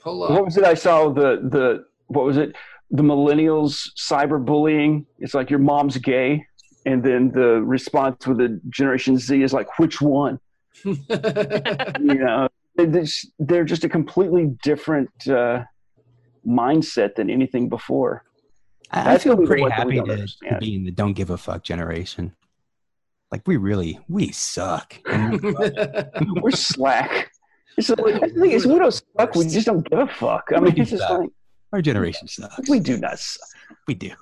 Speaker 3: Pull
Speaker 6: what
Speaker 3: up.
Speaker 6: was it i saw the the what was it the millennials cyberbullying it's like your mom's gay and then the response with the generation z is like which one you know they're just, they're just a completely different uh, mindset than anything before
Speaker 5: I, I
Speaker 6: That's
Speaker 5: feel
Speaker 6: the
Speaker 5: pretty
Speaker 6: one that we
Speaker 5: happy to,
Speaker 6: don't
Speaker 5: to
Speaker 6: understand.
Speaker 5: be in the don't give a fuck generation. Like we really, we suck. And
Speaker 6: we're slack it's like, I think it's, we don't suck we just don't give a fuck i
Speaker 5: We
Speaker 6: mean
Speaker 5: do
Speaker 6: it's just
Speaker 5: suck.
Speaker 6: like
Speaker 5: our generation sucks.
Speaker 6: we do not suck.
Speaker 5: We do.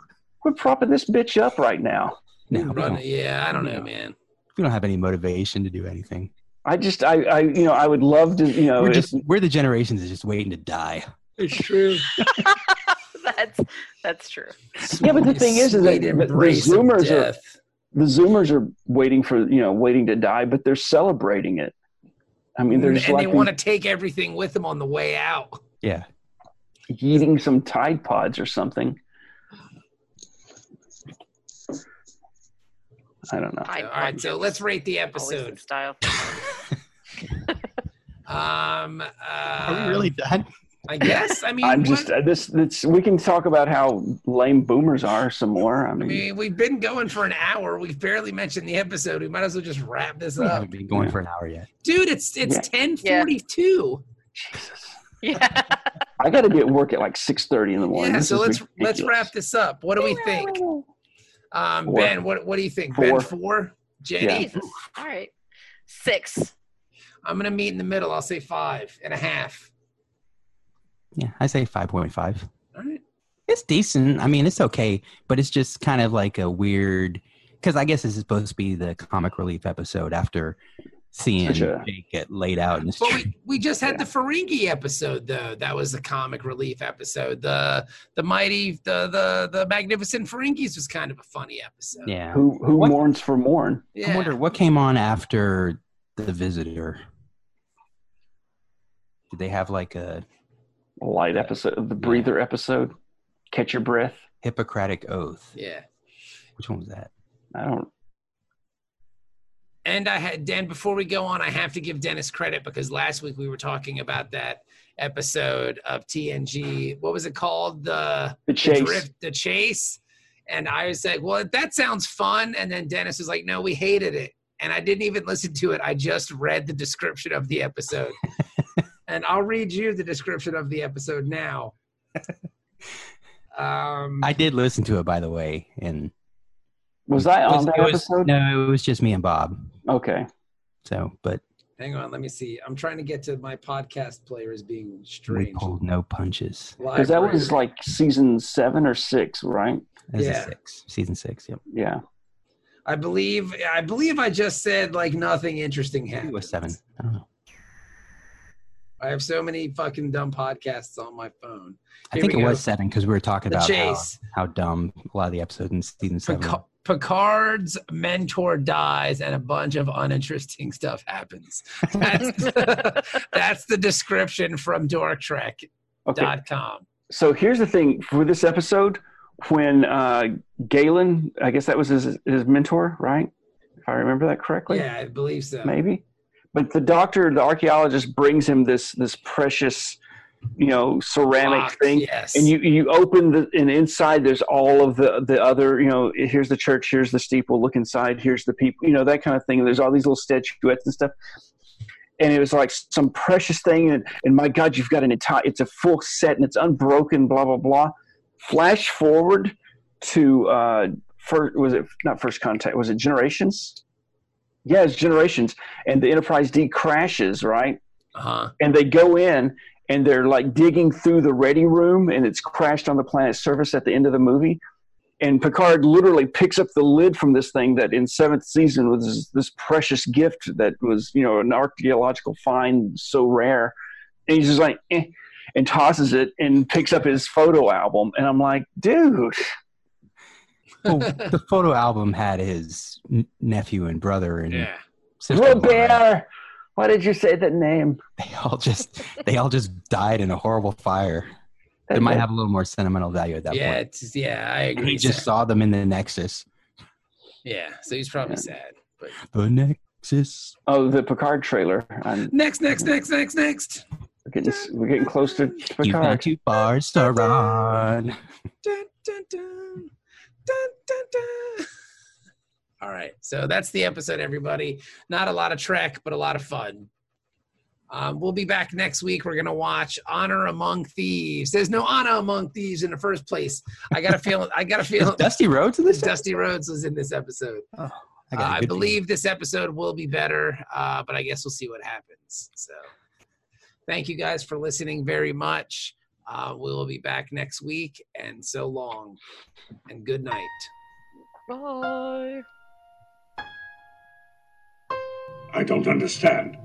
Speaker 6: we're propping this bitch up right now
Speaker 5: No, we
Speaker 3: Run
Speaker 5: don't,
Speaker 3: it. yeah, I don't know, man.
Speaker 5: we don't have any motivation to do anything.
Speaker 6: i just i i you know i would love to you know
Speaker 5: we're
Speaker 6: if-
Speaker 5: just we're the generations that's just waiting to die.
Speaker 3: It's true.
Speaker 4: That's that's true.
Speaker 6: Yeah, but the thing is, is that the- the Zoomers are- the zoomers are waiting for you know waiting to die but they're celebrating it i mean they're
Speaker 3: Mm, and
Speaker 6: just
Speaker 3: they
Speaker 6: like
Speaker 3: want to take everything with them on the way out.
Speaker 5: Yeah.
Speaker 6: eating some tide pods or something i don't know
Speaker 4: I,
Speaker 3: All right, so let's rate the episode.
Speaker 4: style.
Speaker 3: Um, uh,
Speaker 5: Are we really done?
Speaker 3: I guess. I mean,
Speaker 6: I'm
Speaker 3: what-
Speaker 6: just uh, this. This we can talk about how lame boomers are some more. I
Speaker 3: I
Speaker 6: mean,
Speaker 3: mean, we've been going for an hour. We've barely mentioned the episode. We might as well just wrap this
Speaker 6: uh,
Speaker 5: We
Speaker 3: up,
Speaker 5: haven't been going for an hour yet.
Speaker 3: dude. It's it's
Speaker 6: Yeah.
Speaker 3: ten forty two.
Speaker 4: Yeah.
Speaker 6: I got to be at work at like six thirty in the morning.
Speaker 3: Yeah,
Speaker 6: This
Speaker 3: so
Speaker 6: is
Speaker 3: let's let's
Speaker 6: ridiculous.
Speaker 3: wrap this up. What do we think? Um,
Speaker 6: Four.
Speaker 3: Ben, what what do you think? Ben
Speaker 6: Four.
Speaker 3: four, Jenny.
Speaker 4: Jesus. All right. Six.
Speaker 3: I'm gonna meet in the middle. I'll say five and a half.
Speaker 5: Yeah, I say five point five.
Speaker 3: All right.
Speaker 5: It's decent. I mean, it's okay, but it's just kind of like a weird because I guess this is supposed to be the comic relief episode after seeing
Speaker 6: Such a-
Speaker 5: Jake get laid out in the
Speaker 3: But
Speaker 5: street.
Speaker 3: we, we just had the Ferengi episode though. That was the comic relief episode. The the mighty the the the magnificent Ferengis was kind of a funny episode.
Speaker 5: Yeah.
Speaker 6: Who who
Speaker 5: What-
Speaker 6: mourns for mourn?
Speaker 3: Yeah.
Speaker 5: I wonder what came on after the visitor. Did they have like a
Speaker 6: Light episode, the breather episode, catch your breath.
Speaker 5: Hippocratic oath?
Speaker 3: Yeah.
Speaker 5: Which one was that?
Speaker 6: I don't.
Speaker 3: And I had Dan. Before we go on, I have to give Dennis credit because last week we were talking about that episode of TNG. What was it called? The the
Speaker 6: The chase.
Speaker 3: drift, the chase, And I was like, well, that sounds fun. And then Dennis was like, no, we hated it. And I didn't even listen to it. I just read the description of the episode. and I'll read you the description of the episode now. Um,
Speaker 5: I did listen to it, by the way, and
Speaker 6: Was I
Speaker 5: it
Speaker 6: on that
Speaker 5: it was,
Speaker 6: episode?
Speaker 5: No, it was just me and Bob.
Speaker 6: Okay.
Speaker 5: So, but
Speaker 3: hang on, let me see. I'm trying to get to my podcast player is being
Speaker 5: we
Speaker 3: strange.
Speaker 5: pulled no punches.
Speaker 6: Because that
Speaker 3: Library.
Speaker 6: was like season seven or six, right?
Speaker 5: That was a
Speaker 3: Yeah.
Speaker 5: six, season six. Yep,
Speaker 6: Yeah.
Speaker 3: I believe I believe I just said like nothing interesting
Speaker 5: maybe
Speaker 3: happened.
Speaker 5: it was seven. I don't know.
Speaker 3: I have so many fucking dumb podcasts on my phone.
Speaker 5: I
Speaker 3: Here
Speaker 5: think it
Speaker 3: we go.
Speaker 5: was seven because we were talking
Speaker 3: The
Speaker 5: about how,
Speaker 3: Chase.
Speaker 5: how dumb a lot of the episodes in season seven.
Speaker 3: Pica- Picard's mentor dies and a bunch of uninteresting stuff happens. That's the, that's the description from dorktrek.com.
Speaker 6: Okay. So here's the thing for this episode, when uh, Galen, I guess that was his his mentor, right? If I remember that correctly,
Speaker 3: Yeah, I believe so.
Speaker 6: maybe. But the doctor, the archaeologist, brings him this this precious, you know, ceramic
Speaker 3: Fuck,
Speaker 6: thing,
Speaker 3: Yes.
Speaker 6: and you you open the and inside there's all of the the other you know here's the church here's the steeple look inside here's the people you know that kind of thing and there's all these little statuettes and stuff and it was like some precious thing and, and my god you've got an entire it's a full set and it's unbroken blah blah blah flash forward to uh first was it not first contact was it generations yeah it's generations and the enterprise d crashes right
Speaker 3: uh-huh.
Speaker 6: and they go in and they're like digging through the ready room and it's crashed on the planet's surface at the end of the movie and picard literally picks up the lid from this thing that in seventh season was this, this precious gift that was you know an archaeological find so rare and he's just like eh, and tosses it and picks up his photo album and i'm like dude
Speaker 5: Well, the photo album had his n- nephew and brother and
Speaker 3: Yeah.
Speaker 5: sister.
Speaker 6: robert why did you say that name
Speaker 5: They all just they all just died in a horrible fire. It
Speaker 6: Oh,
Speaker 5: might have a little more sentimental value at that
Speaker 3: Yeah,
Speaker 5: point.
Speaker 3: it's, yeah, I
Speaker 5: And
Speaker 3: agree.
Speaker 5: he just
Speaker 3: Sam.
Speaker 5: saw them in the Nexus.
Speaker 3: yeah, so he's probably
Speaker 6: Yeah.
Speaker 3: sad. But
Speaker 5: The Nexus.
Speaker 6: oh the picard trailer i'm
Speaker 3: next, next, next, next, next.
Speaker 6: getting we're getting close to
Speaker 5: You've gone
Speaker 6: picard
Speaker 5: too far, Sauron.
Speaker 3: Dun, dun, dun. Dun, dun, dun. All right, so that's the episode, everybody. Not a lot of Trek, but a lot of fun. Um, we'll be back next week. We're gonna watch Honor Among Thieves. There's no Honor Among Thieves in the first place. I got a feeling. I got a
Speaker 5: Is
Speaker 3: feeling.
Speaker 5: Dusty Rhodes in this?
Speaker 3: Dusty Rhodes was in this episode.
Speaker 5: Oh,
Speaker 3: Uh,
Speaker 5: got a
Speaker 3: I
Speaker 5: good feeling.
Speaker 3: believe this episode will be better, uh, but I guess we'll see what happens. So, thank you guys for listening very much. Uh, we will be back next week, and so long, and good night.
Speaker 4: Bye.
Speaker 1: I don't understand.